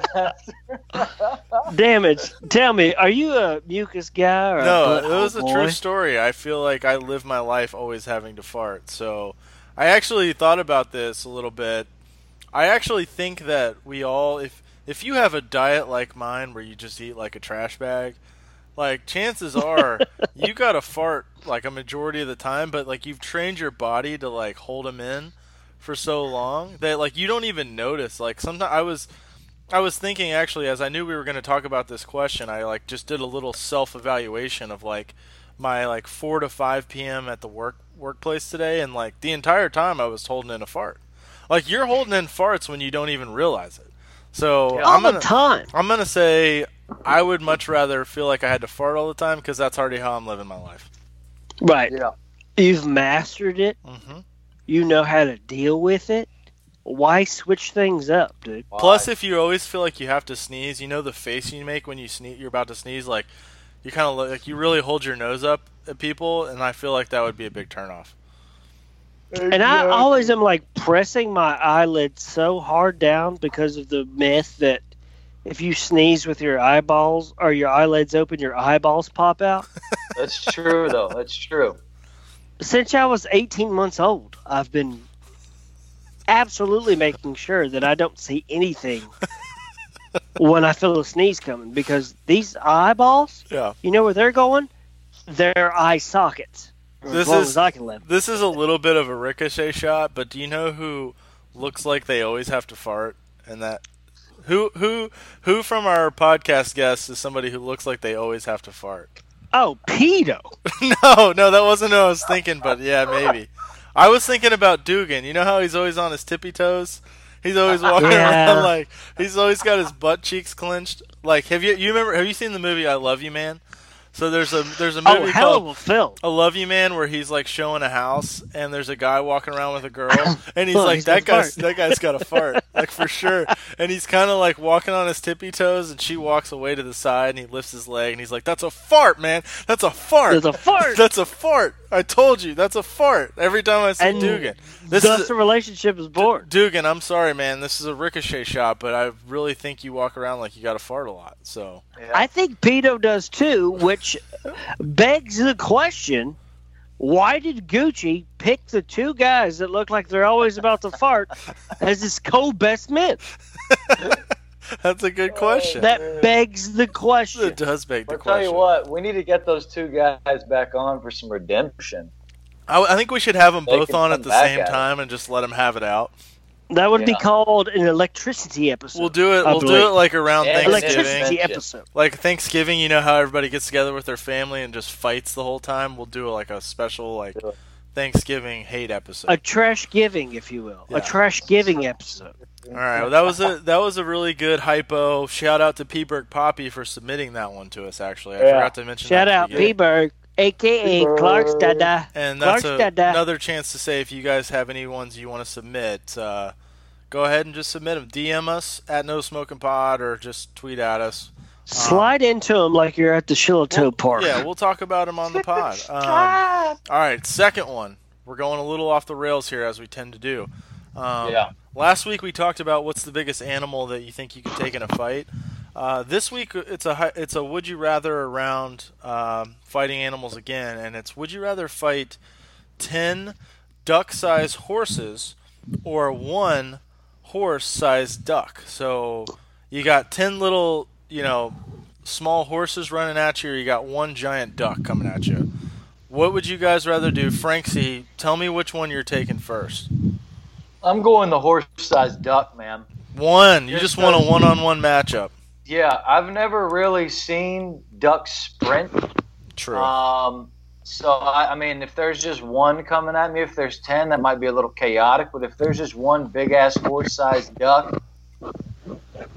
Speaker 3: after.
Speaker 1: *laughs*
Speaker 2: Damn it! Tell me, are you a mucus guy or
Speaker 1: No,
Speaker 2: a
Speaker 1: it was a
Speaker 2: butthole
Speaker 1: true
Speaker 2: boy?
Speaker 1: story. I feel like I live my life always having to fart. So I actually thought about this a little bit. I actually think that we all if if you have a diet like mine where you just eat like a trash bag, like chances are you got to fart like a majority of the time, but like you've trained your body to like hold them in for so long that like you don't even notice. Like sometimes I was I was thinking actually as I knew we were going to talk about this question, I like just did a little self-evaluation of like my like 4 to 5 p.m. at the work workplace today and like the entire time I was holding in a fart. Like you're holding in farts when you don't even realize it. So
Speaker 2: all
Speaker 1: I'm
Speaker 2: the
Speaker 1: gonna
Speaker 2: time.
Speaker 1: I'm gonna say I would much rather feel like I had to fart all the time because that's already how I'm living my life.
Speaker 2: Right.
Speaker 3: yeah.
Speaker 2: You've mastered it.
Speaker 1: hmm
Speaker 2: You know how to deal with it. Why switch things up, dude?
Speaker 1: Plus, if you always feel like you have to sneeze, you know the face you make when you sneeze, you're about to sneeze. Like you kind of like you really hold your nose up at people, and I feel like that would be a big turnoff.
Speaker 2: And I always am like pressing my eyelid so hard down because of the myth that if you sneeze with your eyeballs or your eyelids open, your eyeballs pop out.
Speaker 3: that's true though. That's true.
Speaker 2: Since I was 18 months old, I've been absolutely making sure that I don't see
Speaker 1: *laughs*
Speaker 2: anything when I feel a sneeze coming because these eyeballs,
Speaker 1: Yeah.
Speaker 2: you know where they're going? Their eye sockets. Or
Speaker 1: This
Speaker 2: as long
Speaker 1: is-
Speaker 2: as I can live.
Speaker 1: This is a little bit of a ricochet shot, but do you know who looks like they always have to fart? And that who who who from our podcast guests is somebody who looks like they always have to fart?
Speaker 2: Oh, pedo.
Speaker 1: *laughs* No, no, that wasn't what I was thinking, but yeah, maybe. I was thinking about Dugan. You know how he's always on his tippy toes? He's always walking
Speaker 2: *laughs* Yeah.
Speaker 1: around like he's always got his butt cheeks clenched. Like have you you remember have you seen the movie I Love You Man? So there's a there's a
Speaker 2: Oh,
Speaker 1: movie
Speaker 2: hell
Speaker 1: called
Speaker 2: of a film.
Speaker 1: I Love You Man where he's like showing a house and there's a guy walking around with a
Speaker 2: *coughs*
Speaker 1: girl and he's
Speaker 2: Look,
Speaker 1: like
Speaker 2: he's
Speaker 1: that
Speaker 2: got a
Speaker 1: guy's that guy's got a
Speaker 2: *laughs*
Speaker 1: fart like for sure and he's kind of like walking on his tippy toes and she walks away to the side and he lifts his leg and he's like that's a fart man that's a fart
Speaker 2: There's a fart.
Speaker 1: that's a fart I told you that's a fart every time I see
Speaker 2: And
Speaker 1: Dugan this
Speaker 2: Thus,
Speaker 1: is
Speaker 2: the relationship is born.
Speaker 1: Dugan I'm sorry man this is a ricochet shot but I really think you walk around like you got to fart a lot so *laughs*
Speaker 3: Yeah.
Speaker 2: I think Pedo does too, which begs the question: Why did Gucci pick the two guys that look like they're always about to fart as his co-best men?
Speaker 1: that's a good question
Speaker 2: That begs the question.
Speaker 1: it does beg the
Speaker 3: I'll
Speaker 1: question
Speaker 3: tell you what, we need to get those two guys back on for some redemption.
Speaker 1: I, I think we should have them
Speaker 3: They
Speaker 1: both
Speaker 3: can
Speaker 1: on at
Speaker 3: come
Speaker 1: the
Speaker 3: back
Speaker 1: same
Speaker 3: at it.
Speaker 1: time and just let them have it out.
Speaker 2: That would be
Speaker 3: Yeah.
Speaker 2: called an electricity episode.
Speaker 1: We'll do it.
Speaker 2: I
Speaker 1: We'll do
Speaker 2: believe.
Speaker 1: it like around
Speaker 3: Yeah,
Speaker 1: Thanksgiving.
Speaker 2: electricity
Speaker 3: Thanksgiving.
Speaker 2: episode.
Speaker 1: Like Thanksgiving, you know how everybody gets together with their family and just fights the whole time. We'll do like a special like
Speaker 3: Do it.
Speaker 1: Thanksgiving hate episode.
Speaker 2: A trash giving, if you will.
Speaker 1: Yeah.
Speaker 2: A trash giving episode.
Speaker 1: All right. Well, that was a that was a really good hypo. Shout out to P Burke Poppy for submitting that one to us. Actually, I
Speaker 3: Yeah.
Speaker 1: forgot to mention. that
Speaker 2: Shout
Speaker 1: at
Speaker 2: out
Speaker 1: the beginning.
Speaker 2: B-Berg, aka
Speaker 3: B-Berg.
Speaker 2: Clark's Dada.
Speaker 1: And that's
Speaker 2: Clark's
Speaker 1: a-
Speaker 2: Dada.
Speaker 1: another chance to say if you guys have any ones you want to submit, uh, go ahead and just submit them. DM us at No Smoking Pod or just tweet at us.
Speaker 2: Slide into him like you're at the Shillitoe Park.
Speaker 1: Yeah, we'll talk about them on the
Speaker 2: *laughs*
Speaker 1: pod. Um, all right, second one. We're going a little off the rails here, as we tend to do. Um,
Speaker 3: Yeah.
Speaker 1: Last week we talked about what's the biggest animal that you think you could take in a fight. Uh, this week it's a hi- it's a would you rather around um, fighting animals again, and it's would you rather fight ten duck-sized horses or one horse-sized duck. So you got ten little you know small horses running at you, or you got one giant duck coming at you. What would you guys rather do, Franksy? Tell me which one you're taking first.
Speaker 3: I'm going the horse-sized duck, man.
Speaker 1: One. You
Speaker 3: Yes,
Speaker 1: just want a
Speaker 3: sir.
Speaker 1: one-on-one matchup.
Speaker 3: Yeah, I've never really seen ducks sprint.
Speaker 1: True.
Speaker 3: Um, so I, I mean, if there's just one coming at me, if there's ten, that might be a little chaotic. But if there's just one big ass horse sized duck,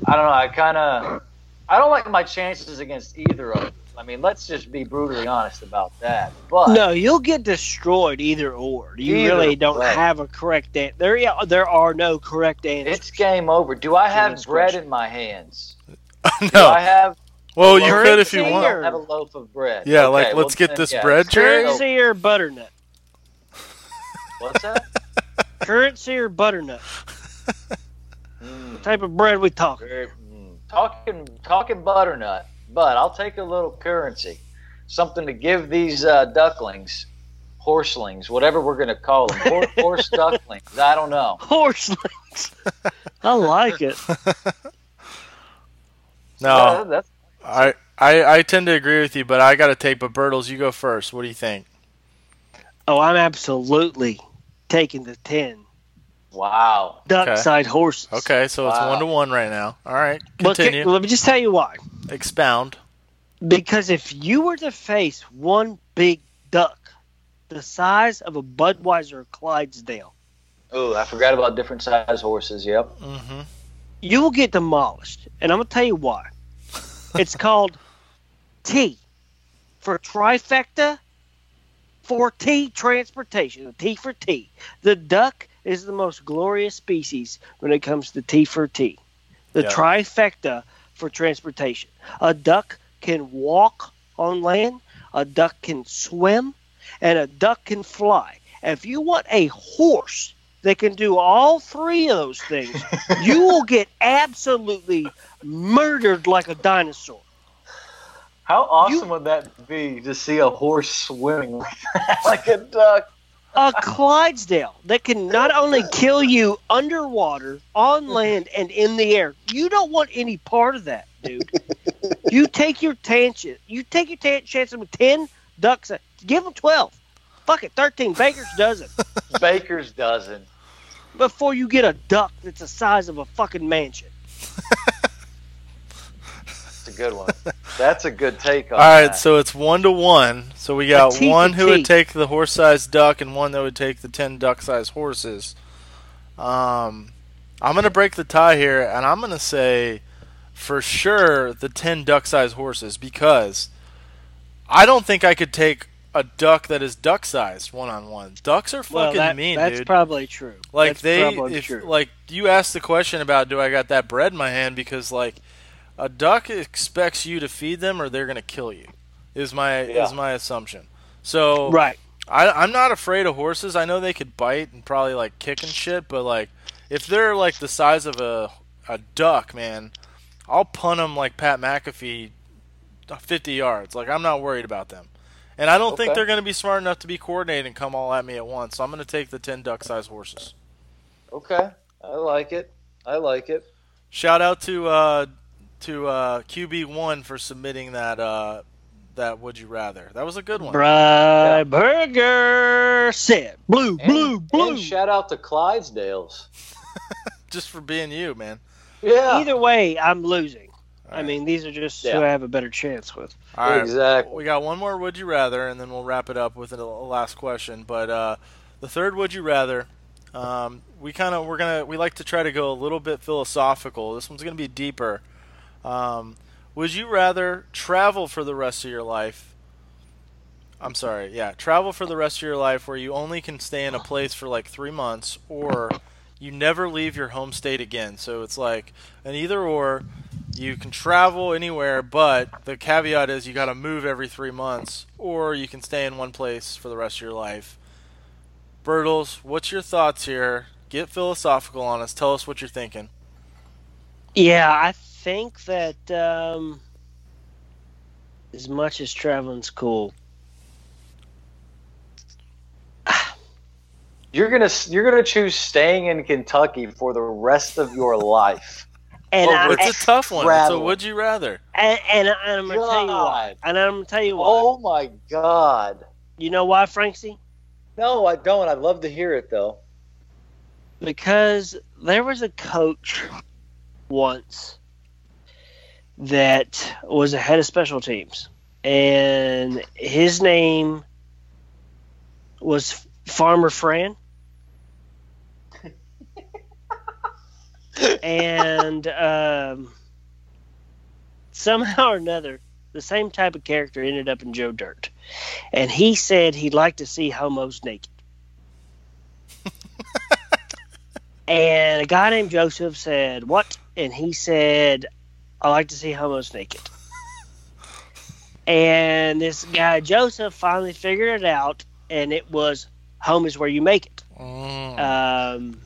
Speaker 3: I don't know. I kind of, I don't like my chances against either of them. I mean, let's just be brutally honest about that. But
Speaker 2: No, you'll get destroyed either or. You
Speaker 3: Either
Speaker 2: really don't
Speaker 3: way.
Speaker 2: have a correct answer. There, yeah, there are no correct answers.
Speaker 3: it's game over. Do I have
Speaker 2: Next
Speaker 3: bread
Speaker 2: question.
Speaker 3: in my hands? Do I
Speaker 1: *laughs* no.
Speaker 3: have?
Speaker 1: Well, you
Speaker 3: loaf-
Speaker 1: could if you
Speaker 2: Currency
Speaker 1: want.
Speaker 2: or-
Speaker 3: Have a loaf of bread.
Speaker 1: Yeah,
Speaker 3: Okay,
Speaker 1: like
Speaker 3: well,
Speaker 1: let's get
Speaker 3: then,
Speaker 1: this
Speaker 3: yeah.
Speaker 1: bread, Jerry.
Speaker 3: Oh.
Speaker 2: Currency or butternut?
Speaker 3: What's that?
Speaker 2: Currency or butternut?
Speaker 3: Mm.
Speaker 2: What type of bread we talking?
Speaker 3: Very-
Speaker 1: hmm.
Speaker 3: mm. talking talking butternut, but I'll take a little currency, something to give these uh, ducklings, horselings, whatever we're going to call them,
Speaker 1: *laughs*
Speaker 3: Hor- horse ducklings. I don't know.
Speaker 2: Horse legs. I like it.
Speaker 3: Uh,
Speaker 1: *laughs* No,
Speaker 3: that's
Speaker 1: I, I I tend to agree with you, but I got to take. But Bertles, you go first. What do you think?
Speaker 2: Oh, I'm absolutely taking the ten.
Speaker 3: wow.
Speaker 2: Duck
Speaker 1: Okay.
Speaker 2: side horses.
Speaker 1: Okay, so it's
Speaker 3: Wow.
Speaker 1: one to one right now. All right,
Speaker 2: Well, ca-
Speaker 1: continue.
Speaker 2: let me just tell you why.
Speaker 1: Expound.
Speaker 2: Because if you were to face one big duck the size of a Budweiser Clydesdale,
Speaker 3: Oh, I forgot about different size horses. Yep.
Speaker 1: Mm-hmm.
Speaker 2: you will get demolished. And I'm going to tell you why. It's called T for trifecta for T transportation. T for T. The duck is the most glorious species when it comes to T for T. The
Speaker 1: Yeah.
Speaker 2: trifecta for transportation. A duck can walk on land, a duck can swim, and a duck can fly. If you want a horse that can do all three of those things, you will get absolutely murdered like a dinosaur.
Speaker 3: How awesome
Speaker 2: You-
Speaker 3: would that be to see a horse swimming like that, *laughs* like a duck?
Speaker 2: A Clydesdale that can not only kill you underwater, on land, and in the air. You don't want any part of that, dude. You take your tangent. You take your tan- chances with ten ducks. Give them twelve. Fuck it, thirteen. Baker's dozen
Speaker 3: Baker's dozen.
Speaker 2: before you get a duck that's the size of a fucking mansion.
Speaker 3: That's a good one. That's a good take on
Speaker 1: All right,
Speaker 3: that.
Speaker 1: so it's one to one. So we got
Speaker 2: teeth
Speaker 1: one
Speaker 2: to
Speaker 1: who would
Speaker 2: teeth.
Speaker 1: take the horse-sized duck and one that would take the ten duck-sized horses. Um, I'm gonna break the tie here, and I'm gonna say for sure the ten duck-sized horses because I don't think I could take a duck that is duck-sized one-on-one. Ducks are fucking
Speaker 2: well, that,
Speaker 1: mean,
Speaker 2: that's
Speaker 1: dude.
Speaker 2: probably true.
Speaker 1: Like
Speaker 2: That's
Speaker 1: they,
Speaker 2: probably
Speaker 1: if,
Speaker 2: true.
Speaker 1: like you asked the question about, do I got that bread in my hand? Because like a duck expects you to feed them, or they're gonna kill you. Is my
Speaker 3: Yeah.
Speaker 1: is my assumption. So
Speaker 2: right.
Speaker 1: I, I'm not afraid of horses. I know they could bite and probably like kick and shit, but like if they're like the size of a a duck, man, I'll punt them like Pat McAfee, uh, fifty yards. Like I'm not worried about them, and I don't think
Speaker 3: Okay.
Speaker 1: they're gonna be smart enough to be coordinated and come all at me at once. So I'm gonna take the ten duck-sized horses.
Speaker 3: Okay, I like it. I like it.
Speaker 1: Shout out to uh, to uh, QB one for submitting that uh, that would you rather. That was a good one.
Speaker 2: Bry Burger said blue,
Speaker 3: And-
Speaker 2: blue, blue.
Speaker 3: And shout out to Clydesdales.
Speaker 1: Just for being you, man.
Speaker 3: Yeah,
Speaker 2: Either way, I'm losing. I
Speaker 1: Alright.
Speaker 2: mean, these are just
Speaker 3: Yeah.
Speaker 2: who I have a better chance with.
Speaker 1: All right.
Speaker 3: exactly.
Speaker 1: We got one more would you rather, and then we'll wrap it up with a a last question. But uh, the third would you rather, um, we kind of we're gonna we like to try to go a little bit philosophical. This one's gonna be deeper. Um, would you rather travel for the rest of your life? I'm sorry, yeah, travel for the rest of your life where you only can stay in a place for like three months, or you never leave your home state again. So it's like an either or you can travel anywhere, but the caveat is you got to move every three months, or you can stay in one place for the rest of your life. Bertles, what's your thoughts here? Get philosophical on us. Tell us what you're thinking.
Speaker 2: Yeah, I think that um, as much as traveling's cool,
Speaker 3: You're gonna you're gonna choose staying in Kentucky for the rest of your *laughs* life.
Speaker 2: and
Speaker 1: Well,
Speaker 2: I,
Speaker 1: it's a tough one. So
Speaker 3: travel.
Speaker 1: would you rather? *laughs*
Speaker 2: and, and, I- and I'm gonna tell you why.
Speaker 3: God.
Speaker 2: And I'm gonna tell you why.
Speaker 3: Oh my God!
Speaker 2: You know why, Frankie?
Speaker 3: No, I don't. I'd love to hear it *laughs* though.
Speaker 2: because there was a coach once that was a head of special teams, and his name was Farmer Fran. and um, somehow or another, the same type of character ended up in Joe Dirt. And he said he'd like to see homos naked. And a guy named Joseph said, What? And he said, I like to see homos naked. And this guy Joseph finally figured it out, and it was home is where you make it.
Speaker 1: Mm.
Speaker 2: Um,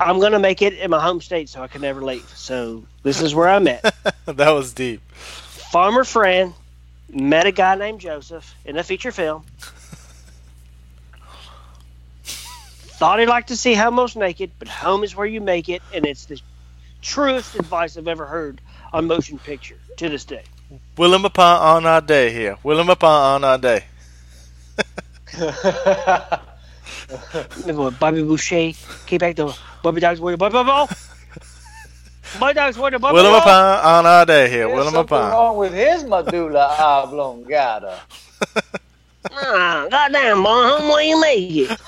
Speaker 2: I'm gonna make it in my home state, so I can never leave. So this is where I'm at.
Speaker 1: that was deep.
Speaker 2: farmer friend met a guy named Joseph in a feature film. Thought he'd like to see Homos naked, but home is where you make it, and it's the truest advice I've ever heard on motion picture to this day.
Speaker 1: Willem upon on our day here. Willem upon on our day.
Speaker 2: Remember when Bobby Boucher came back to Bobby Dogs Warrior Bubba Ball? My dogs were the Bubba
Speaker 1: Willem
Speaker 2: Ball.
Speaker 1: upon on our day here.
Speaker 3: There's
Speaker 1: Willem
Speaker 3: something
Speaker 1: upon.
Speaker 3: wrong with his *laughs* medulla oblongata.
Speaker 2: Ah, goddamn, boy, home where you
Speaker 1: *laughs*
Speaker 2: make it.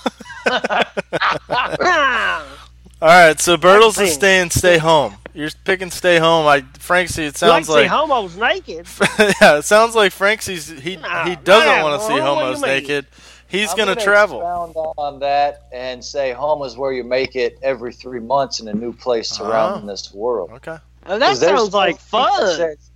Speaker 2: Ah,
Speaker 1: *laughs* All right, so Bertles
Speaker 2: I'm
Speaker 1: is
Speaker 2: saying-
Speaker 1: staying. Stay home. You're picking stay home. I Frankie, it
Speaker 2: like
Speaker 1: sounds
Speaker 2: to see
Speaker 1: like
Speaker 2: homos naked.
Speaker 1: *laughs* yeah, it sounds like Frankie's he
Speaker 2: Nah,
Speaker 1: he doesn't
Speaker 2: man,
Speaker 1: want to see
Speaker 2: what do you
Speaker 1: homos
Speaker 2: mean?
Speaker 1: naked. He's
Speaker 3: I'm
Speaker 1: gonna travel.
Speaker 3: expound on that and say home is where you make it every three months in a new place surrounding
Speaker 1: Uh-huh.
Speaker 3: this world.
Speaker 1: Okay.
Speaker 2: Oh, that
Speaker 3: 'Cause there's
Speaker 2: sounds
Speaker 3: no
Speaker 2: like
Speaker 3: thing that
Speaker 2: fun.
Speaker 3: says-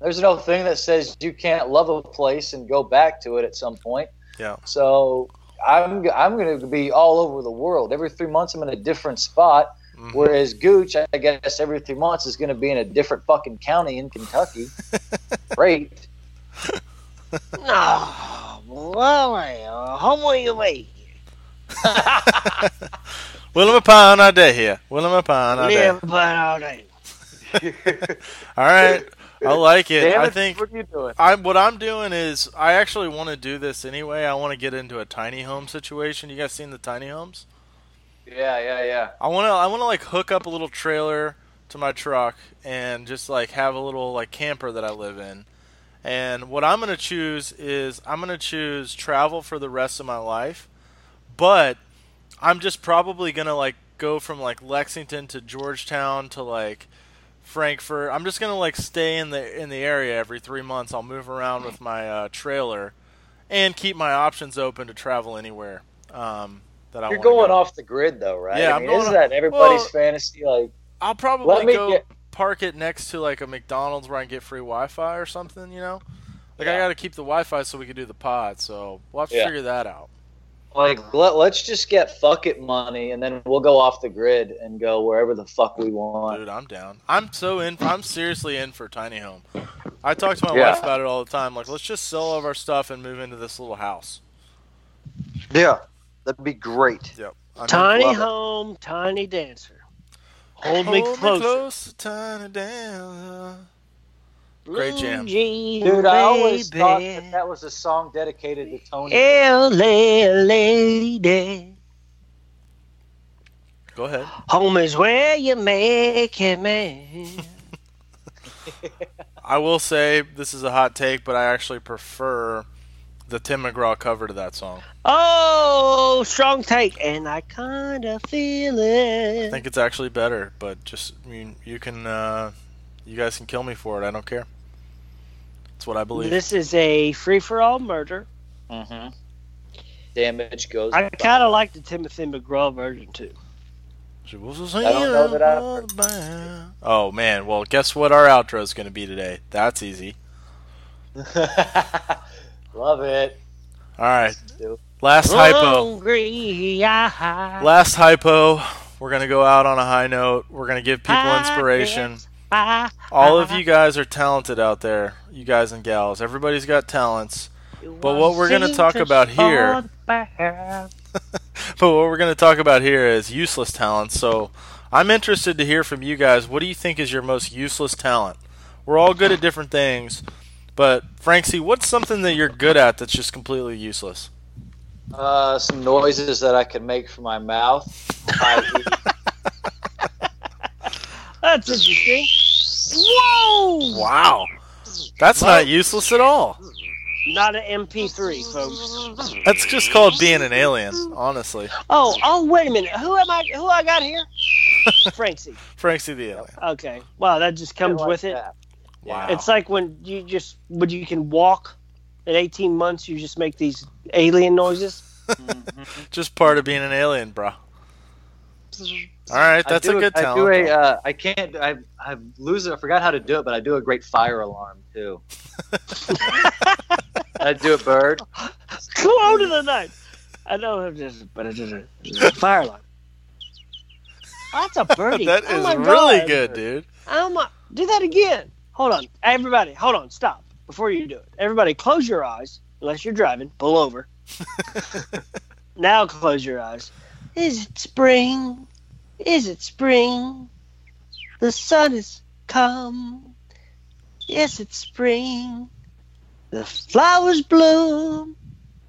Speaker 3: There's no thing that says you can't love a place and go back to it at some point.
Speaker 1: Yeah.
Speaker 3: So I'm I'm going to be all over the world. Every three months I'm in a different spot.
Speaker 1: Mhm.
Speaker 3: Whereas Gooch, I guess every three months is going to be in a different fucking county in
Speaker 1: *laughs*
Speaker 3: Kentucky. Great.
Speaker 2: No, well, uh, homeway away. *laughs*
Speaker 1: *laughs* Willem upon our day here. Willem upon our day.
Speaker 2: Live but all day.
Speaker 1: All right. I like it.
Speaker 3: Damn
Speaker 1: I
Speaker 3: it,
Speaker 1: think
Speaker 3: What are you doing?
Speaker 1: I'm what I'm doing is I actually want to do this anyway. I want to get into a tiny home situation. You guys seen the tiny homes?
Speaker 3: Yeah, yeah, yeah.
Speaker 1: I want to I want to like hook up a little trailer to my truck and just like have a little like camper that I live in. And what I'm going to choose is I'm going to choose travel for the rest of my life. But I'm just probably going to like go from like Lexington to Georgetown to like Frankfurt. I'm just going to like stay in the in the area every 3 months. I'll move around with my uh, trailer and keep my options open to travel anywhere. Um that I
Speaker 3: You're
Speaker 1: wanna go.
Speaker 3: going off the grid though, right?
Speaker 1: Yeah,
Speaker 3: I
Speaker 1: I'm
Speaker 3: mean,
Speaker 1: going
Speaker 3: isn't
Speaker 1: off-
Speaker 3: that everybody's
Speaker 1: well,
Speaker 3: fantasy? Like,
Speaker 1: I'll
Speaker 3: let
Speaker 1: probably
Speaker 3: me
Speaker 1: go
Speaker 3: get.
Speaker 1: park it next to like a McDonald's where I can get free Wi-Fi or something. You know, like I
Speaker 3: Yeah.
Speaker 1: got to keep the Wi-Fi so we can do the pod. So we'll have to
Speaker 3: Yeah.
Speaker 1: figure that out.
Speaker 3: Like, let, let's just get fuck it money, and then we'll go off the grid and go wherever the fuck we want.
Speaker 1: Dude, I'm down. I'm so in. I'm seriously in for tiny home. I talk to my
Speaker 3: Yeah.
Speaker 1: wife about it all the time. Like, let's just sell all of our stuff and move into this little house.
Speaker 3: Yeah, that'd be great.
Speaker 1: I mean,
Speaker 2: Tiny
Speaker 3: love it.
Speaker 2: home, tiny dancer. Hold, me
Speaker 1: hold
Speaker 2: closer.
Speaker 1: tiny down. Great jam.
Speaker 2: Luigi,
Speaker 3: Dude, I always
Speaker 2: baby.
Speaker 3: thought that that was a song dedicated to Tony.
Speaker 2: LA lady.
Speaker 1: Go ahead.
Speaker 2: Home is where you make it, man.
Speaker 1: I will say this is a hot take, but I actually prefer the Tim McGraw cover to that song.
Speaker 2: oh, strong take. And I kind of feel it.
Speaker 1: I think it's actually better, but just I mean, you can, uh, you guys can kill me for it. I don't care. That's what I believe.
Speaker 2: this is a free for all murder.
Speaker 3: Mm-hmm. Damage goes.
Speaker 2: I kind of like the Timothy McGraw version too.
Speaker 1: She was a
Speaker 3: don't know that I've
Speaker 1: singer. Oh man, well guess what our outro is going to be today? That's easy.
Speaker 3: *laughs* Love it.
Speaker 1: All right,
Speaker 3: Dude.
Speaker 1: last hypo.
Speaker 2: Hungry eyes.
Speaker 1: Last hypo. We're going to go out on a high note. We're going to give people
Speaker 2: I
Speaker 1: inspiration.
Speaker 2: guess I-
Speaker 1: All of you guys are talented out there, you guys and gals. Everybody's got talents. But what we're gonna
Speaker 2: seem
Speaker 1: talk
Speaker 2: to
Speaker 1: about here-
Speaker 2: fall back.
Speaker 1: But what we're going to talk about here is useless talent. So I'm interested to hear from you guys. What do you think is your most useless talent? We're all good at different things, but Frankie, what's something that you're good at that's just completely useless?
Speaker 3: Uh, some noises that I can make from my mouth.
Speaker 2: *laughs*
Speaker 3: I-
Speaker 2: That's interesting. Whoa!
Speaker 1: Wow, that's not useless at all.
Speaker 2: Not an MP3, folks.
Speaker 1: That's just called being an alien, honestly.
Speaker 2: Oh, oh, wait a minute. Who am I? Who I
Speaker 1: *laughs*
Speaker 2: got here? Frankie.
Speaker 1: Frankie the alien.
Speaker 2: Okay. Wow, that just comes
Speaker 3: like
Speaker 2: with it.
Speaker 3: that.
Speaker 1: Wow.
Speaker 2: It's like when you just when you can walk. At 18 months, you just make these alien noises. *laughs*
Speaker 3: Mm-hmm.
Speaker 1: just part of being an alien, bro. All right,
Speaker 3: I
Speaker 1: that's
Speaker 3: do
Speaker 1: a good
Speaker 3: I
Speaker 1: talent.
Speaker 3: do a, uh, I can't. I I lose it. I forgot how to do it, but I do a great fire alarm
Speaker 1: *laughs*
Speaker 3: too.
Speaker 6: I do it, Bird.
Speaker 2: Clone of the night. I know I'm just, but it's just a, it's a fire alarm. That's a
Speaker 1: *laughs*
Speaker 2: birdie.
Speaker 1: that
Speaker 2: Oh
Speaker 1: is
Speaker 2: my
Speaker 1: really
Speaker 2: God.
Speaker 1: good, dude. *laughs*
Speaker 2: Oh my! Do that again. Hold on, everybody. Hold on. Stop before you do it. Everybody, close your eyes. Unless you're driving, pull over. now close your eyes. Is it spring? Is it spring? The sun has come. Yes, it's spring. The flowers bloom.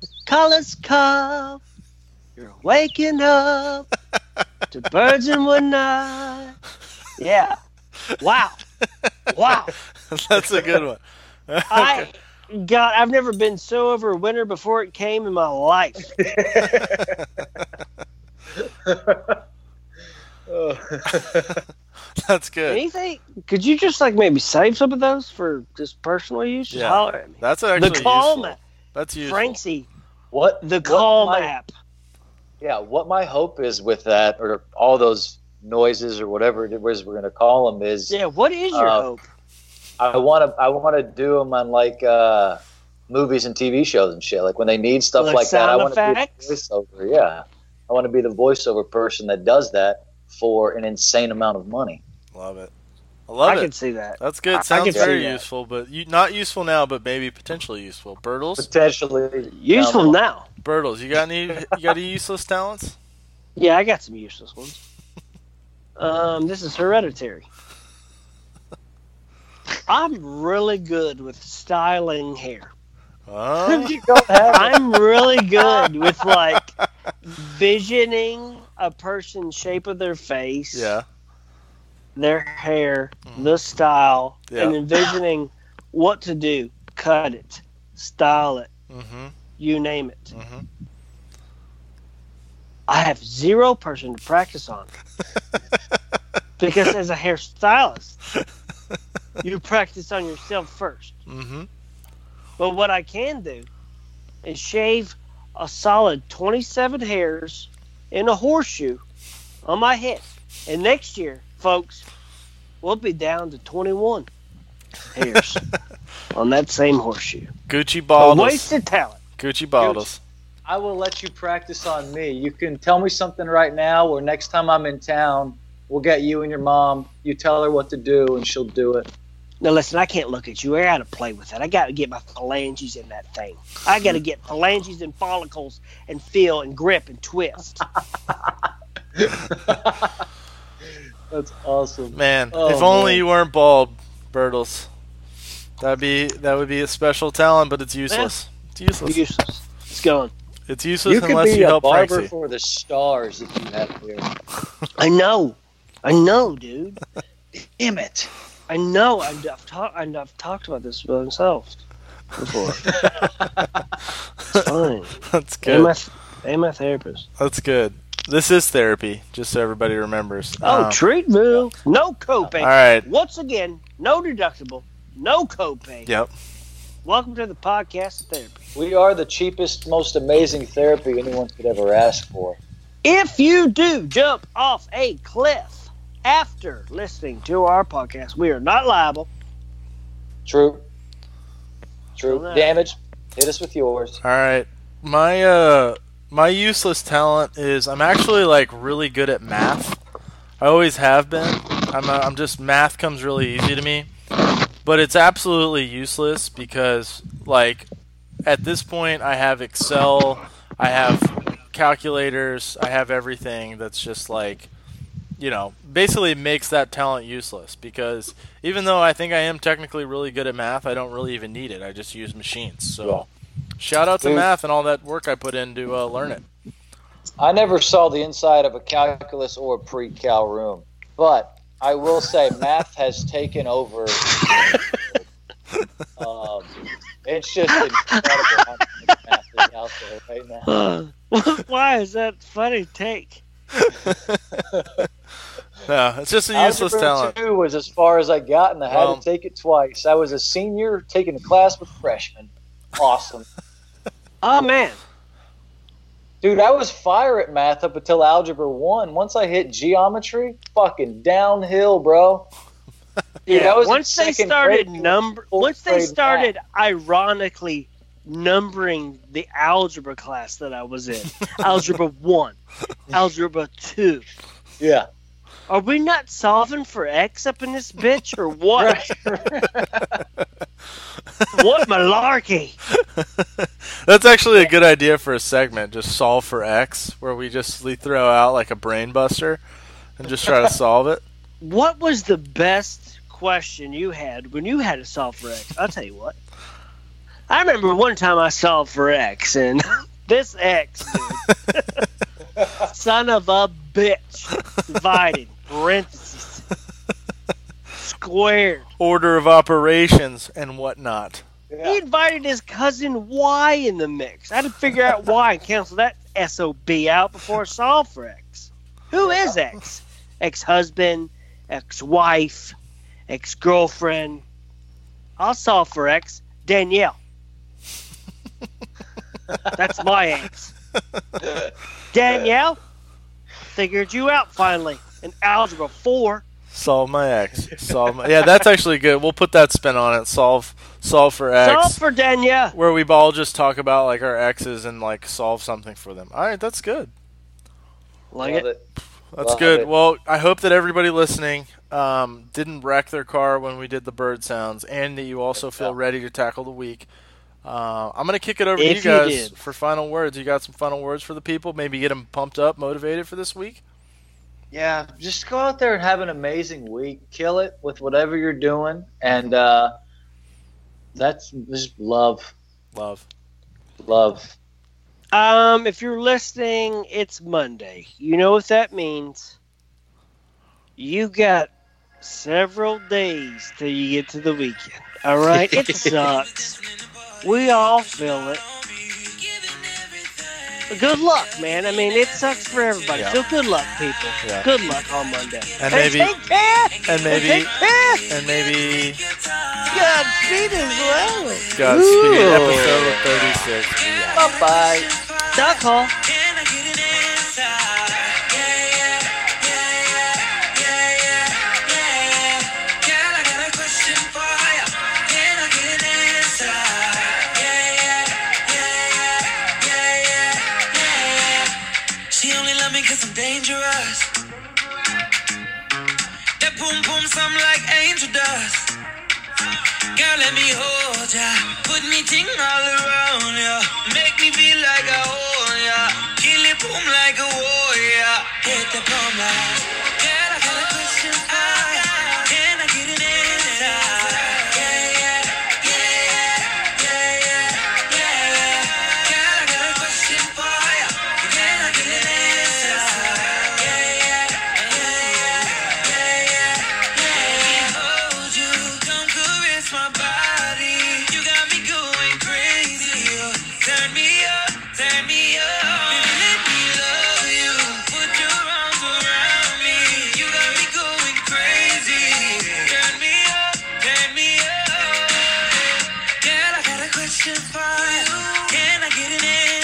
Speaker 2: The colors come. You're waking up to birds and whatnot. Yeah. Wow.
Speaker 1: *laughs*
Speaker 2: Wow.
Speaker 1: that's a good one. *laughs*
Speaker 2: I God, I've never been so over a winter before it came in my life.
Speaker 1: *laughs* That's good.
Speaker 2: Anything? Could you just like maybe save some of those for just personal use? Just
Speaker 1: Yeah.
Speaker 2: holler at me.
Speaker 1: That's actually
Speaker 2: the call
Speaker 1: useful.
Speaker 2: map,
Speaker 1: That's useful.
Speaker 2: Franksy.
Speaker 3: What
Speaker 2: The call
Speaker 3: my-
Speaker 2: map.
Speaker 3: Yeah, what my hope is with that, or all those noises, or whatever it is we're going to call them, is
Speaker 2: Yeah. What is your
Speaker 3: Uh,
Speaker 2: hope?
Speaker 3: I want to I want to do them on like uh, movies and TV shows and shit. Like when they need stuff
Speaker 2: Like
Speaker 3: like, that, I
Speaker 2: sound
Speaker 3: want to be
Speaker 2: effects?
Speaker 3: the voiceover. Yeah, I want to be the voiceover person that does that for an insane amount of money.
Speaker 1: Love it. I
Speaker 2: I
Speaker 1: love
Speaker 2: can
Speaker 1: it.
Speaker 2: see that.
Speaker 1: That's
Speaker 2: I- I
Speaker 1: good.
Speaker 2: can
Speaker 1: Sounds
Speaker 2: see
Speaker 1: very
Speaker 2: that.
Speaker 1: useful, but you, not useful now, but maybe potentially useful. Bertles,
Speaker 3: Potentially
Speaker 2: Useful
Speaker 3: Um,
Speaker 2: now.
Speaker 1: Bertles, you got any? You got any useless
Speaker 2: *laughs*
Speaker 1: talents?
Speaker 2: Yeah, I got some useless ones. Um, this
Speaker 1: *laughs*
Speaker 2: is hereditary. I'm really good with styling hair.
Speaker 1: Oh,
Speaker 3: you don't have it.
Speaker 2: I'm really good with
Speaker 1: *laughs*
Speaker 2: like visioning a person's shape of their face,
Speaker 1: yeah. Mm-hmm.
Speaker 2: their hair, the style,
Speaker 1: Yeah.
Speaker 2: and envisioning what to do. Cut it, style it,
Speaker 1: Mm-hmm.
Speaker 2: you name it.
Speaker 1: Mm-hmm. *laughs*
Speaker 2: I have zero person to practice on. because as a hairstylist,
Speaker 1: *laughs*
Speaker 2: you practice on yourself first.
Speaker 1: Mm-hmm.
Speaker 2: But what I can do is shave a solid 27 hairs in a horseshoe on my head. And next year, folks, we'll be down to 21 hairs on that same horseshoe.
Speaker 1: Gucci
Speaker 2: A
Speaker 1: Baldos.
Speaker 2: wasted talent.
Speaker 1: Gucci Baldos.
Speaker 3: I will let you practice on me. You can tell me something right now, or next time I'm in town, we'll get you and your mom. You tell her what to do, and she'll do it.
Speaker 2: Now, listen, I can't look at you. I got to play with it. I got to get my phalanges in that thing. I got to get phalanges and follicles and feel and grip and twist.
Speaker 3: That's awesome.
Speaker 1: Man,
Speaker 3: Oh,
Speaker 1: if only
Speaker 3: man.
Speaker 1: you weren't bald, Bertles. That'd be that would be a special talent, but it's useless. It's useless.
Speaker 2: Useless. It's gone.
Speaker 1: It's useless
Speaker 3: You could
Speaker 1: unless
Speaker 3: be
Speaker 1: you
Speaker 3: a
Speaker 1: help
Speaker 3: barber
Speaker 1: Frankie.
Speaker 3: for the stars if you had here.
Speaker 2: I know. I know, dude.
Speaker 3: Damn it!
Speaker 2: I know. I've, I've, talk, I've, I've talked about this by myself before.
Speaker 1: *laughs*
Speaker 2: it's fine.
Speaker 1: That's
Speaker 2: And
Speaker 1: good.
Speaker 2: my, and my therapist.
Speaker 1: That's good. This is therapy, just so everybody remembers.
Speaker 2: Oh,
Speaker 1: Um,
Speaker 2: treatment. No copay.
Speaker 1: All right.
Speaker 2: Once again, no deductible, no copay.
Speaker 1: Yep.
Speaker 2: Welcome to the podcast of therapy.
Speaker 3: *laughs* We are the cheapest, most amazing therapy anyone could ever ask for.
Speaker 2: If you do jump off a cliff after listening to our podcast, we are
Speaker 1: *laughs*
Speaker 2: not liable.
Speaker 3: True. True.
Speaker 2: Well, that-
Speaker 3: Damage. Hit us with yours.
Speaker 1: All right. My uh my useless talent is I'm actually like really good at math. I always have been. I'm uh, I'm just math comes really easy to me. But it's absolutely useless because like at this point I have Excel, I have calculators, I have everything that's just like you know, basically makes that talent useless because even though I think I am technically really good at math, I don't really even need it. I just use machines. So Shout out to
Speaker 3: Dude.
Speaker 1: math and all that work I put in to uh, learn
Speaker 3: *laughs*
Speaker 1: it.
Speaker 3: I never saw the inside of a calculus or a pre-cal room, but I will say math has taken over. um, it's just incredible how much math is out there right now.
Speaker 2: Why is that funny take?
Speaker 1: No, it's just a useless
Speaker 3: Algebra
Speaker 1: talent.
Speaker 3: two was as far as I got, and I had
Speaker 1: Well-
Speaker 3: to take it twice. I was a senior taking a class with freshmen. Awesome.
Speaker 2: Oh man.
Speaker 3: Dude, I was fire at math up until algebra one. Once I hit geometry, fucking downhill, bro. Dude, I was in
Speaker 2: once they
Speaker 3: second
Speaker 2: started
Speaker 3: grade.
Speaker 2: number, once they
Speaker 3: grade
Speaker 2: started ironically numbering the algebra class that I was in, algebra one, algebra two.
Speaker 3: Yeah.
Speaker 2: Are we not solving for x up in this bitch or what? what malarkey?
Speaker 1: That's actually a good idea for a segment. Just solve for X, where we just le- throw out like a brain buster and just
Speaker 3: *laughs*
Speaker 1: try to solve it.
Speaker 2: What was the best question you had when you had to solve for X? I'll tell you what. I remember one time I solved for X, and *laughs* this X, dude, son of a bitch, divided, parentheses, squared.
Speaker 1: Order of operations and whatnot.
Speaker 2: He invited his cousin Y in the mix. I had to figure out Y and cancel that SOB out before I solved for X. Who is X? Ex husband, ex wife, ex girlfriend. I'll solve for X. Danielle. That's my ex. Danielle, figured you out finally in Algebra 4.
Speaker 1: Solve my X. Solve my. Yeah, that's actually good. We'll put that spin on it. Solve solve for X.
Speaker 2: Solve for Danielle.
Speaker 1: where we all just talk about like our exes and like solve something for them. All right, that's good.
Speaker 2: Like
Speaker 7: Love
Speaker 2: it.
Speaker 7: it.
Speaker 1: That's
Speaker 7: Love
Speaker 1: good.
Speaker 7: it.
Speaker 1: Well, I hope that everybody listening um, didn't wreck their car when we did the bird sounds, and that you also feel ready to tackle the week. Uh, I'm gonna kick it over
Speaker 2: If
Speaker 1: to
Speaker 2: you
Speaker 1: you guys
Speaker 2: did.
Speaker 1: for final words. You got some final words for the people? Maybe get them pumped up, motivated for this week.
Speaker 3: Yeah, just go out there and have an amazing week. Kill it with whatever you're doing, and uh, that's just love,
Speaker 1: Love.
Speaker 3: love.
Speaker 2: Um, if you're listening, it's Monday. You know what that means. You got several days till you get to the weekend. All right, it sucks. We all feel it. But good luck, man. I mean, it sucks for everybody.
Speaker 1: Yeah.
Speaker 2: So good luck, people.
Speaker 1: Yeah.
Speaker 2: Good luck on Monday.
Speaker 1: And maybe-
Speaker 2: take care.
Speaker 1: And
Speaker 2: And
Speaker 1: maybe,
Speaker 2: take care.
Speaker 1: and maybe
Speaker 2: God, feed as well.
Speaker 1: Godspeed.
Speaker 2: Ooh.
Speaker 1: Episode 36.
Speaker 3: Bye bye.
Speaker 2: Duck call.
Speaker 8: Can I get an answer? Yeah, yeah, yeah, yeah, yeah, yeah, yeah, yeah. Girl, I got a question for ya. Can I get an answer? Yeah, yeah, yeah, yeah, yeah, yeah, yeah, yeah. She only love me i I'm dangerous. That boom boom sound like angel dust. Girl, let me hold ya. Put me ting all around ya. Make me feel like I own ya. Kill it boom like a warrior. Hit the bomb like. Girl, I got a question for ya. Can I get an answer? Yeah, yeah, yeah, yeah, yeah, yeah, yeah, yeah. Girl, I got a question for ya. Can I get an answer? Yeah, yeah, yeah, yeah, yeah, yeah. Can I get an answer?